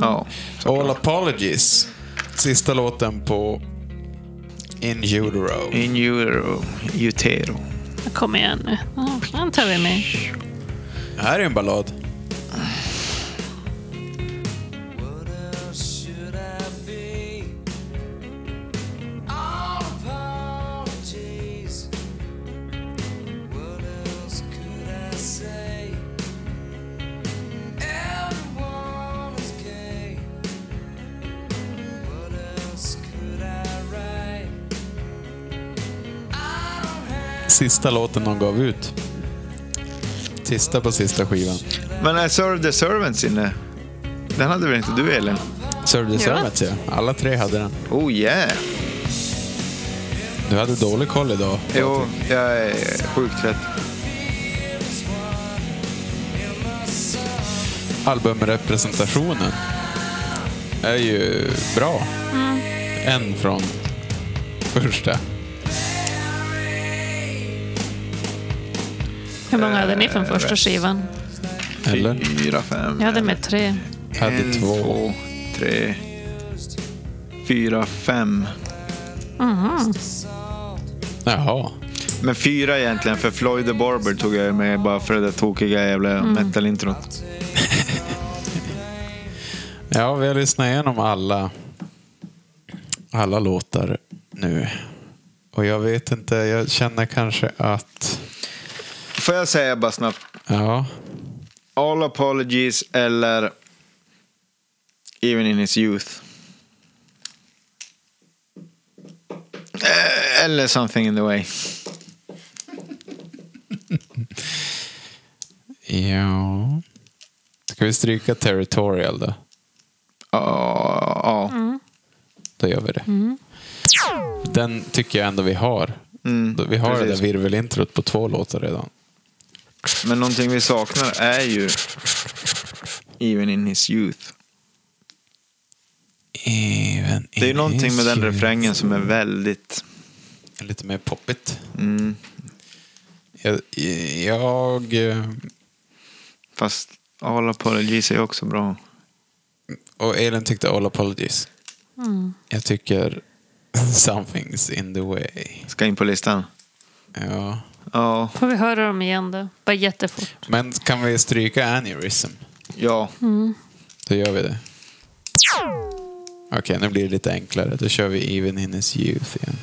C: Ja.
B: All apologies. Sista låten på In Utero.
C: In utero. utero.
D: Kom igen nu. Ja, Den tar vi med.
B: Det här är en ballad.
G: Apologies. What else could I say? Everyone is gay. What else could I write?
B: Sista låten de gav ut. Sista på sista skivan.
C: Men är Serve the Servants inne? Den hade väl inte du, Elin?
B: Serve the
D: Ja.
B: Servants ja. Alla tre hade den.
C: Oh yeah!
B: Du hade dålig koll idag.
C: Jo, jag är sjukt trött.
B: Albumrepresentationen är ju bra. En från första.
D: Hur många hade ni från
B: Eh,
D: första skivan?
B: Eller?
C: Fyra, fem.
D: Jag hade med tre.
B: Jag hade två.
C: två, tre, fyra, fem.
D: Mhm,
B: Jaha.
C: Men fyra egentligen, för Floyd the Barber tog jag ju med bara för det där tokiga jävla metal-introt.
B: Ja, vi har lyssnat igenom alla, alla låtar nu. Och jag vet inte, jag känner kanske att...
C: Får jag säga bara snabbt,
B: Ja,
C: All Apologies eller Even In His Youth? Eh, Eller Something In The Way.
B: ja... Ska vi stryka Territorial då?
C: Ah, Ja, ja.
B: Då gör vi det. Den tycker jag ändå vi har.
C: Mm.
B: vi har det
C: precis.
B: där virvelintrot på två låtar redan.
C: Men någonting vi saknar är ju Even In His Youth.
B: Even
C: Det är ju
B: in
C: någonting med den
B: his
C: refrängen som är väldigt... mm,
B: lite mer poppigt. Jag, jag... eh,
C: Fast All Apologies är ju också bra.
B: Och Elin tyckte All Apologies. Jag tycker Something's in the way.
C: Ska in på listan.
B: Ja.
C: Ja.
D: Får vi höra dem igen då? Bara jättefort.
B: Men kan vi stryka Aneurysm?
C: Ja.
B: Då gör vi det. Okej, nu blir det lite enklare. Då kör vi Even in his youth igen.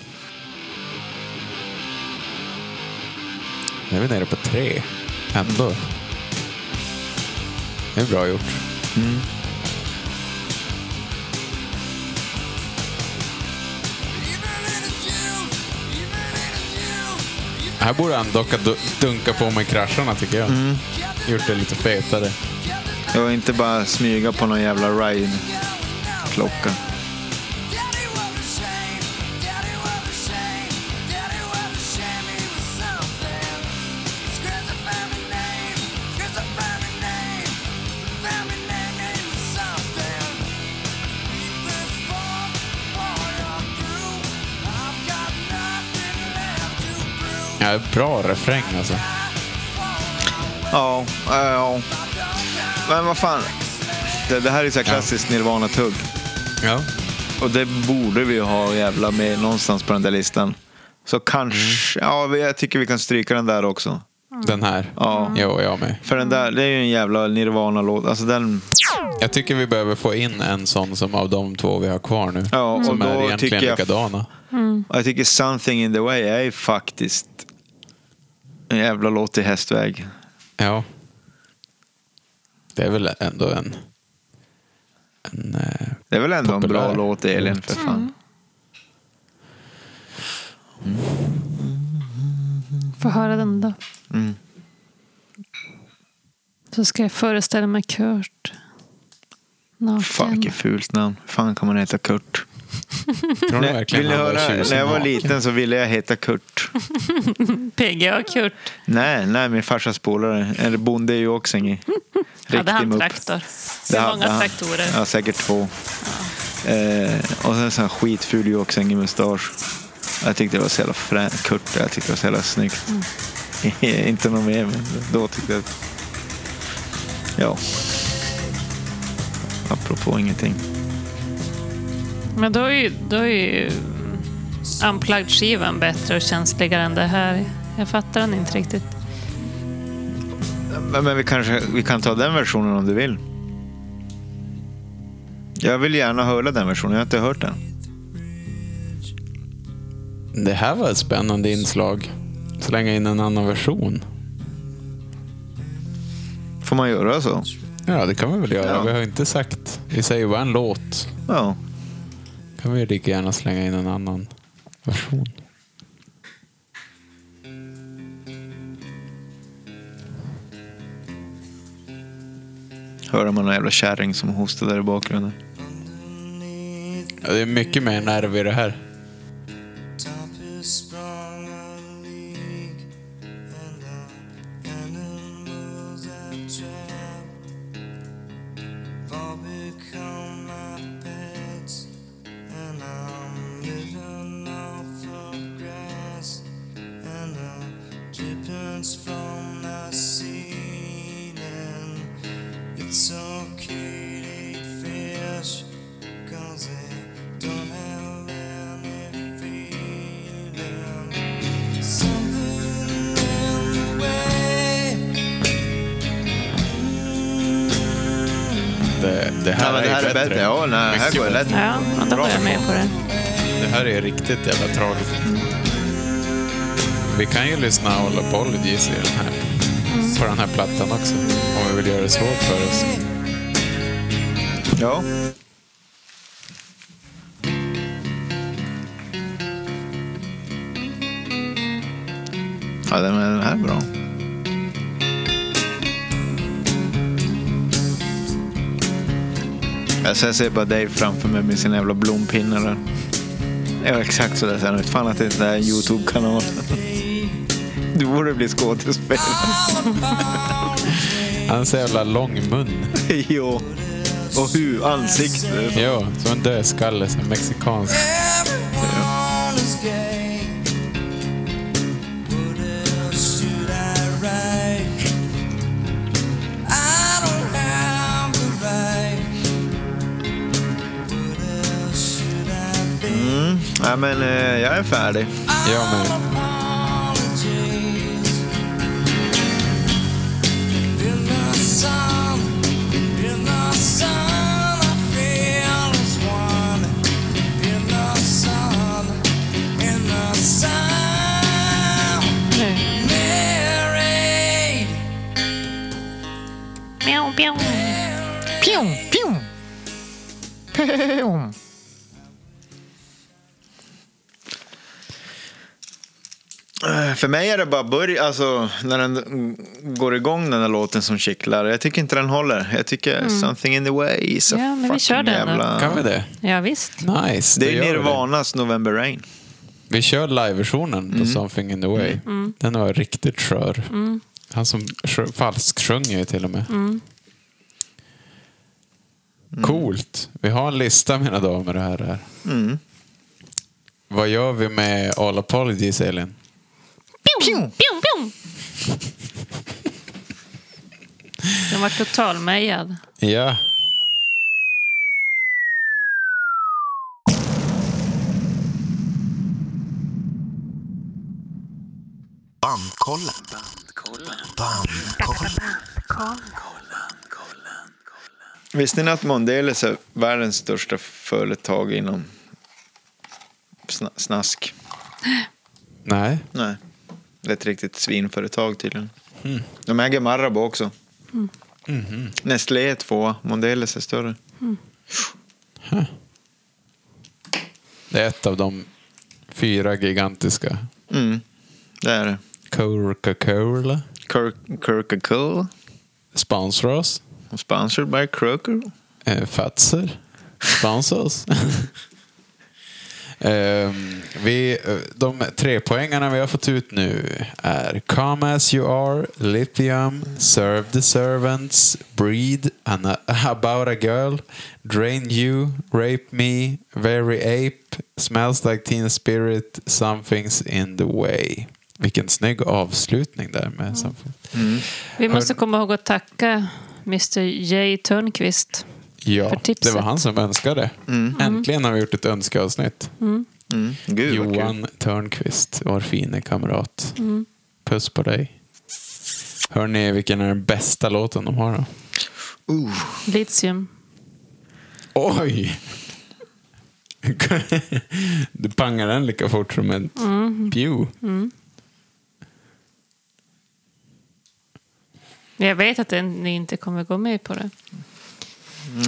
B: Nu är vi nere på tre. Ändå. Det är bra gjort. Här borde han dock att du- dunka på med krascharna tycker jag. Gjort det lite fetare.
C: Jag vill inte bara smyga på någon jävla ride-klocka.
B: Ja, bra refräng alltså.
C: Ja, ja. Men vad fan. Det, det här är så här klassiskt Nirvana-tugg.
B: Ja.
C: Och det borde vi ju ha jävla med någonstans på den där listan. Så kanske, ja vi- jag tycker vi kan stryka den där också.
B: Den här.
C: Ja.
B: Jo, jag med.
C: För den där, det är ju en jävla Nirvana-låt. Alltså den,
B: Jag tycker vi behöver få in en sån som av de två vi har kvar nu.
C: Ja, och
B: som
C: då
B: är egentligen
C: tycker jag-
B: likadana.
C: och jag tycker Something in the way är ju faktiskt en jävla låt i hästväg.
B: Ja. Det är väl ändå en... en eh,
C: Det är väl ändå en
B: Populär. Mm.
C: bra låt Elin
D: Mm.
C: för fan.
D: Får höra den då.
B: Mm.
D: Så ska jag föreställa mig Kurt.
C: Fan
D: Naken.
C: vilket fult namn. fan kan man heta Kurt?
B: tror ni
C: Nej,
B: verkligen
C: vill ni
B: han var
C: höra?
B: tjusig
C: När jag var
B: naken?
C: liten så ville jag heta Kurt.
D: PGA Kurt.
C: Nej, nej, min farsas polare. Eller bonde i Åksänge.
D: Hade
C: Riktig
D: han
C: mupp.
D: traktor?
C: Det
D: Hur
C: hade
D: många
C: han.
D: traktorer?
C: Ja, säkert två. Eh, och sen så här skitful Åksänge-mustasch. Jag tyckte det var så jävla fränt. Kurt, jag tyckte det var så jävla snyggt.
D: Mm.
C: Inte något mer, men då tyckte jag... att- Ja. Apropå ingenting.
D: Men då är ju, då är ju Unplugged-skivan bättre och känsligare än det här. Jag fattar den inte riktigt.
C: Men, men vi kanske vi kan ta den versionen om du vill. Jag vill gärna höra den versionen. Jag har inte hört den.
B: Det här var ett spännande inslag. Slänga in en annan version.
C: Får man göra så?
B: Ja, det kan vi väl göra.
C: Ja.
B: Vi har inte sagt. Vi säger bara en låt.
C: Ja.
B: kan vi lika gärna slänga in en annan version.
C: Hör man någon jävla kärring som hostar där i bakgrunden.
B: Ja, det är mycket mer nerv i det här.
G: It's okay to eat fish, cause they don't have any feeling. Something in the way.
B: Det, det
C: Nej,
B: här,
C: men det här är bättre. Ja, nej, här
B: Mycket
C: går det lätt.
D: Ja, men då var jag med på det.
B: Det här är riktigt jävla tragiskt. Vi kan ju lyssna All Apologies i den här, på den här plattan också. Om vi vill göra det svårt för oss.
C: Ja. Ja, den är- den här är bra. Alltså jag ser bara Dave framför mig med sin jävla blompinne där. Ja, exakt så där ser han ut. Fan att det inte är en YouTube-kanal. Du borde bli skådespelare.
B: Han har så jävla lång mun.
C: jo. Och hur? Ansikte.
B: Ja, som en dödskalle. Som mexikansk.
G: Everyone is gay. What else should I write? I don't have the right
C: Nej, men eh, jag är färdig.
B: Jag med.
D: Nu. Mjau, mjau.
C: Eh, För mig är det bara börja, alltså när den mm, går igång den där låten som kittlar. Jag tycker inte den håller. Jag tycker something in the way is a
D: Mm. Ja, men vi
C: fucking
D: kör den då.
C: jävla...
B: Kan vi det?
D: Ja, visst.
B: Nice.
C: Det är
B: då gör vi
C: Nirvanas November Rain.
B: Vi kör live-versionen på Something in the way. Den var riktigt skör. Han som sjö- falsksjunger ju till och med. Coolt. Vi har en lista mina damer och herrar. Vad gör vi med All Apologies Elin?
D: Pjong, pjong, pjong. Den var totalmejad.
B: Ja.
H: Bandkollen. Bandkollen.
C: Visste ni att Mondelez är världens största företag inom sna- snask?
B: Nej.
C: Nej. Det är ett riktigt svinföretag tydligen.
B: Mm.
C: De äger Marabou också.
D: Mm.
B: Mhm.
C: Nestlé är tvåa, Mondelez är större.
B: Det är ett av de fyra gigantiska.
C: Mm. Det är det.
B: Coca-Cola
C: Kirk- Coca-Cola.
B: sponsrar oss.
C: Sponsored by Croker.
B: Eh, Fatser. Sponsors. Ehm, vi, eh, de tre poängarna vi har fått ut nu är Come As You Are, Lithium, Serve the Servants, Breed, An- About a Girl, Drain You, Rape Me, Very Ape, Smells Like Teen Spirit, Something's In The Way. Vilken snygg avslutning där
D: Mm.
B: med Something.
D: Vi måste komma ihåg att tacka Mr J Törnqvist.
B: Ja,
D: för
B: det
D: tipset. Mm.
B: var han som önskade. Äntligen har vi gjort ett önskeavsnitt.
C: Mm. Gud vad kul.
B: Johan Törnqvist, vår fine kamrat. Puss på dig. Hör ni vilken är den bästa låten de har då?
D: Litium.
B: Oj! du pangar den lika fort som ett pew.
D: Jag vet att den- ni inte kommer gå med på det.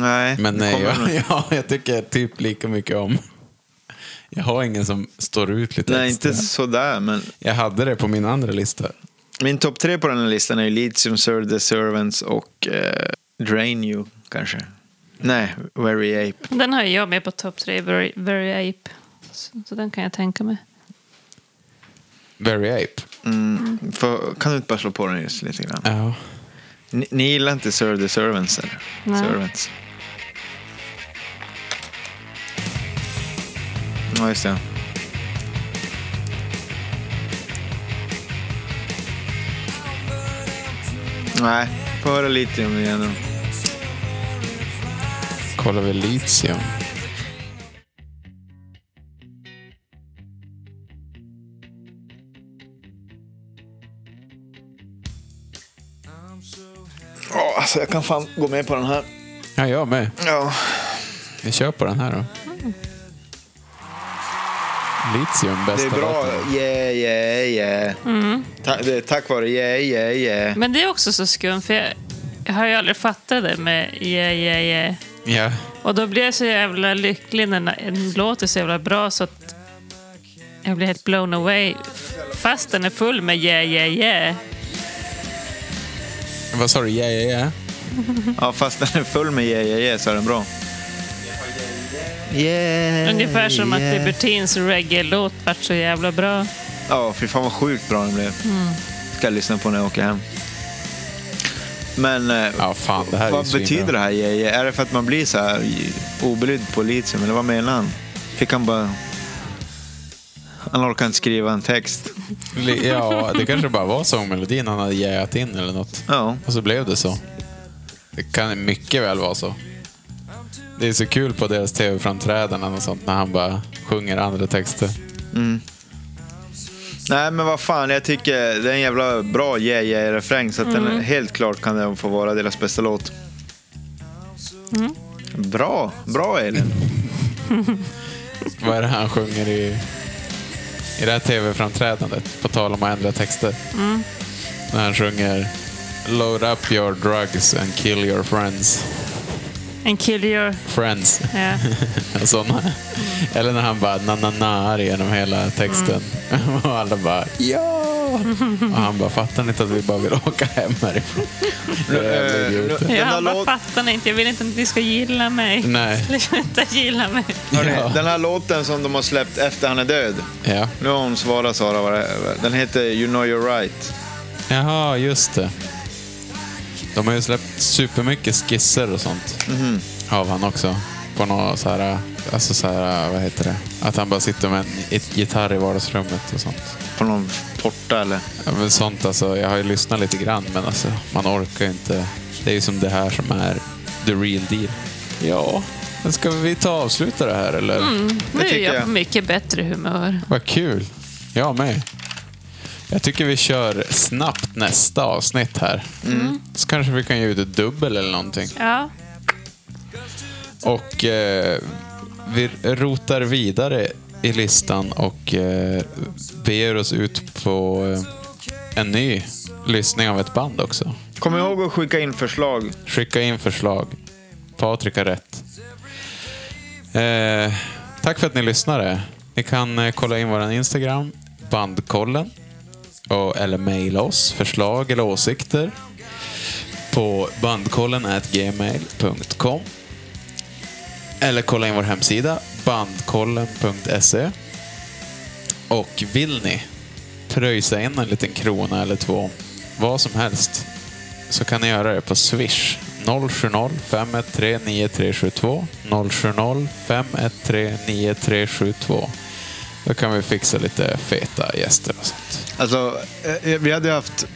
C: Nej,
B: Men
C: det
B: nej,
C: kommer nog-
B: jag, ja, jag tycker typ lika mycket om. Jag har ingen som står ut lite
C: nej,
B: extra.
C: inte sådär. Men
B: Jag hade det på min andra lista.
C: min topp tre på den här listan är ju Lithium, Serve the Servants och eh, Drain You kanske. Nej, Very Ape.
D: Den har jag med på topp tre, Very, Very Ape. Så, så den kan jag tänka mig.
B: Very Ape.
C: Får- kan du inte bara slå på den just lite grann?
B: Ja.
C: Ni, ni gillar inte Serve the Servants eller?
D: Nej.
C: Servants. Ja, just det. Nej, får höra lite om det igen då.
B: Kollar vi Litium.
C: Ja, alltså jag kan fan gå med på den här.
B: Ja, jag med.
C: Ja.
B: Vi kör på den här då. Litium,
C: Det
B: bästa
C: är bra.
B: låten.
C: Yeah, yeah, yeah. Ta- det är tack vare yeah, yeah, yeah.
D: Men det är också så skumt, för jag, jag har ju aldrig fattat det med Yeah Yeah Yeah.
B: Ja.
D: Och då blir jag så jävla lycklig när en- en låt är så jävla bra så att jag blir helt blown away. Fast den är full med yeah, yeah, yeah.
B: Vad sa du? Ja, ja, ja.
C: Ja, fast den är full med yeah, yeah, yeah så är den bra. Yeah,
D: Ungefär som att
C: yeah.
D: Libertins reggae-låt vart så jävla bra.
C: Ja, fy fan vad sjukt bra den blev. Ska jag lyssna på när jag åker hem. Men eh,
B: Ja, fan. Det här är
C: vad
B: ju
C: betyder det här? Yeah, yeah? Är det för att man blir så här obelydd på litium? Eller vad menar han? Fick han bara... Han orkar inte skriva en text.
B: svinbra. Ja, det kanske bara var sångmelodin han hade jäat in eller något.
C: Ja.
B: Och så blev det så. Det kan mycket väl vara så. Det är så kul på deras tv-framträdanden och sånt när han bara sjunger andra texter.
C: Nej, men vad fan. Jag tycker det är en jävla bra yeah yeah refräng så att den, helt klart kan den få vara deras bästa låt. Bra, bra Elin.
B: Vad är det han sjunger i, i det här tv-framträdandet? På tal om att ändra texter. När han sjunger Load up your drugs and kill your friends.
D: And kill your...
B: Friends.
D: Ja.
B: Såna. Eller när han bara na-na-nar genom hela texten. Och alla bara ja! Och han bara fattar ni inte att vi bara vill åka hem härifrån? Jävla
C: Eh,
B: idioter.
C: Den
D: Ja,
C: här
D: han bara
C: låt-
D: fattar ni inte. Jag vill inte att ni ska gilla mig.
B: Nej.
D: Ni ska inte gilla mig.
C: Hörrni,
B: Ja.
C: Den här låten som de har släppt efter han är död.
B: Ja.
C: Nu har hon svarat Sara vad det är. Den heter You know you're right.
B: Jaha, just det. De har ju släppt supermycket skisser och sånt. Av han också. På något så här, alltså så här, vad heter det? Att han bara sitter med en ett gitarr i vardagsrummet och sånt.
C: På någon porta eller?
B: Ja, men sånt alltså, jag har ju lyssnat lite grann men alltså, man orkar ju inte. Det är ju som det här som är the real deal. Ja, men ska vi ta och avsluta det här eller?
D: Nu är
C: tycker
D: jag
C: jag.
D: på mycket bättre humör.
B: Vad kul. Jag med. Jag tycker vi kör snabbt nästa avsnitt här. Så kanske vi kan ge ut ett dubbel eller någonting.
D: Ja,
B: Och eh, vi rotar vidare i listan och eh, beger oss ut på eh, en ny lyssning av ett band också.
C: Kom ihåg att skicka in förslag.
B: Skicka in förslag. Patrik har rätt. Eh, tack för att ni lyssnade. Ni kan eh, kolla in vår Instagram, bandkollen. Och, eller mejla oss förslag eller åsikter på bandkollen gmail.com. Eller kolla in vår hemsida, bandkollen.se. Och vill ni pröjsa in en liten krona eller två, vad som helst, så kan ni göra det på Swish. 070-5139372. 070-5139372. Då kan vi fixa lite feta gäster och sånt.
C: Alltså, eh, vi hade ju haft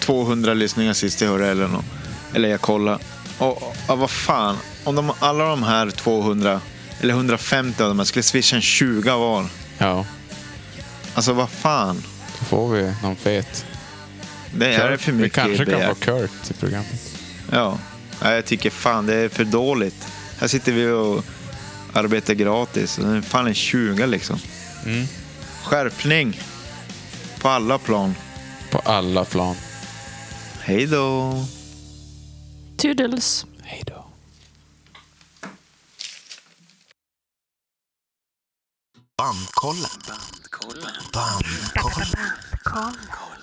C: 200 lyssningar sist jag hörde eller något. Eller jag kollade. Och, och, och vad fan, om de, alla de här 200 eller 150 av de här skulle swisha en 20 var.
B: Ja,
C: Alltså vad fan.
B: då får vi någon fet.
C: Det är för mycket
B: vi kanske kan
C: begärt.
B: få Kurt i programmet.
C: Ja. Nej, jag tycker fan det är för dåligt. Här sitter vi och arbetar gratis. Och det är Fan en 20 liksom.
B: Mm.
C: Skärpning. På alla plan.
B: På alla plan.
C: Hej då.
D: toodles.
B: Hej då.
H: Bandkollen. Bandkollen. Bandkollen.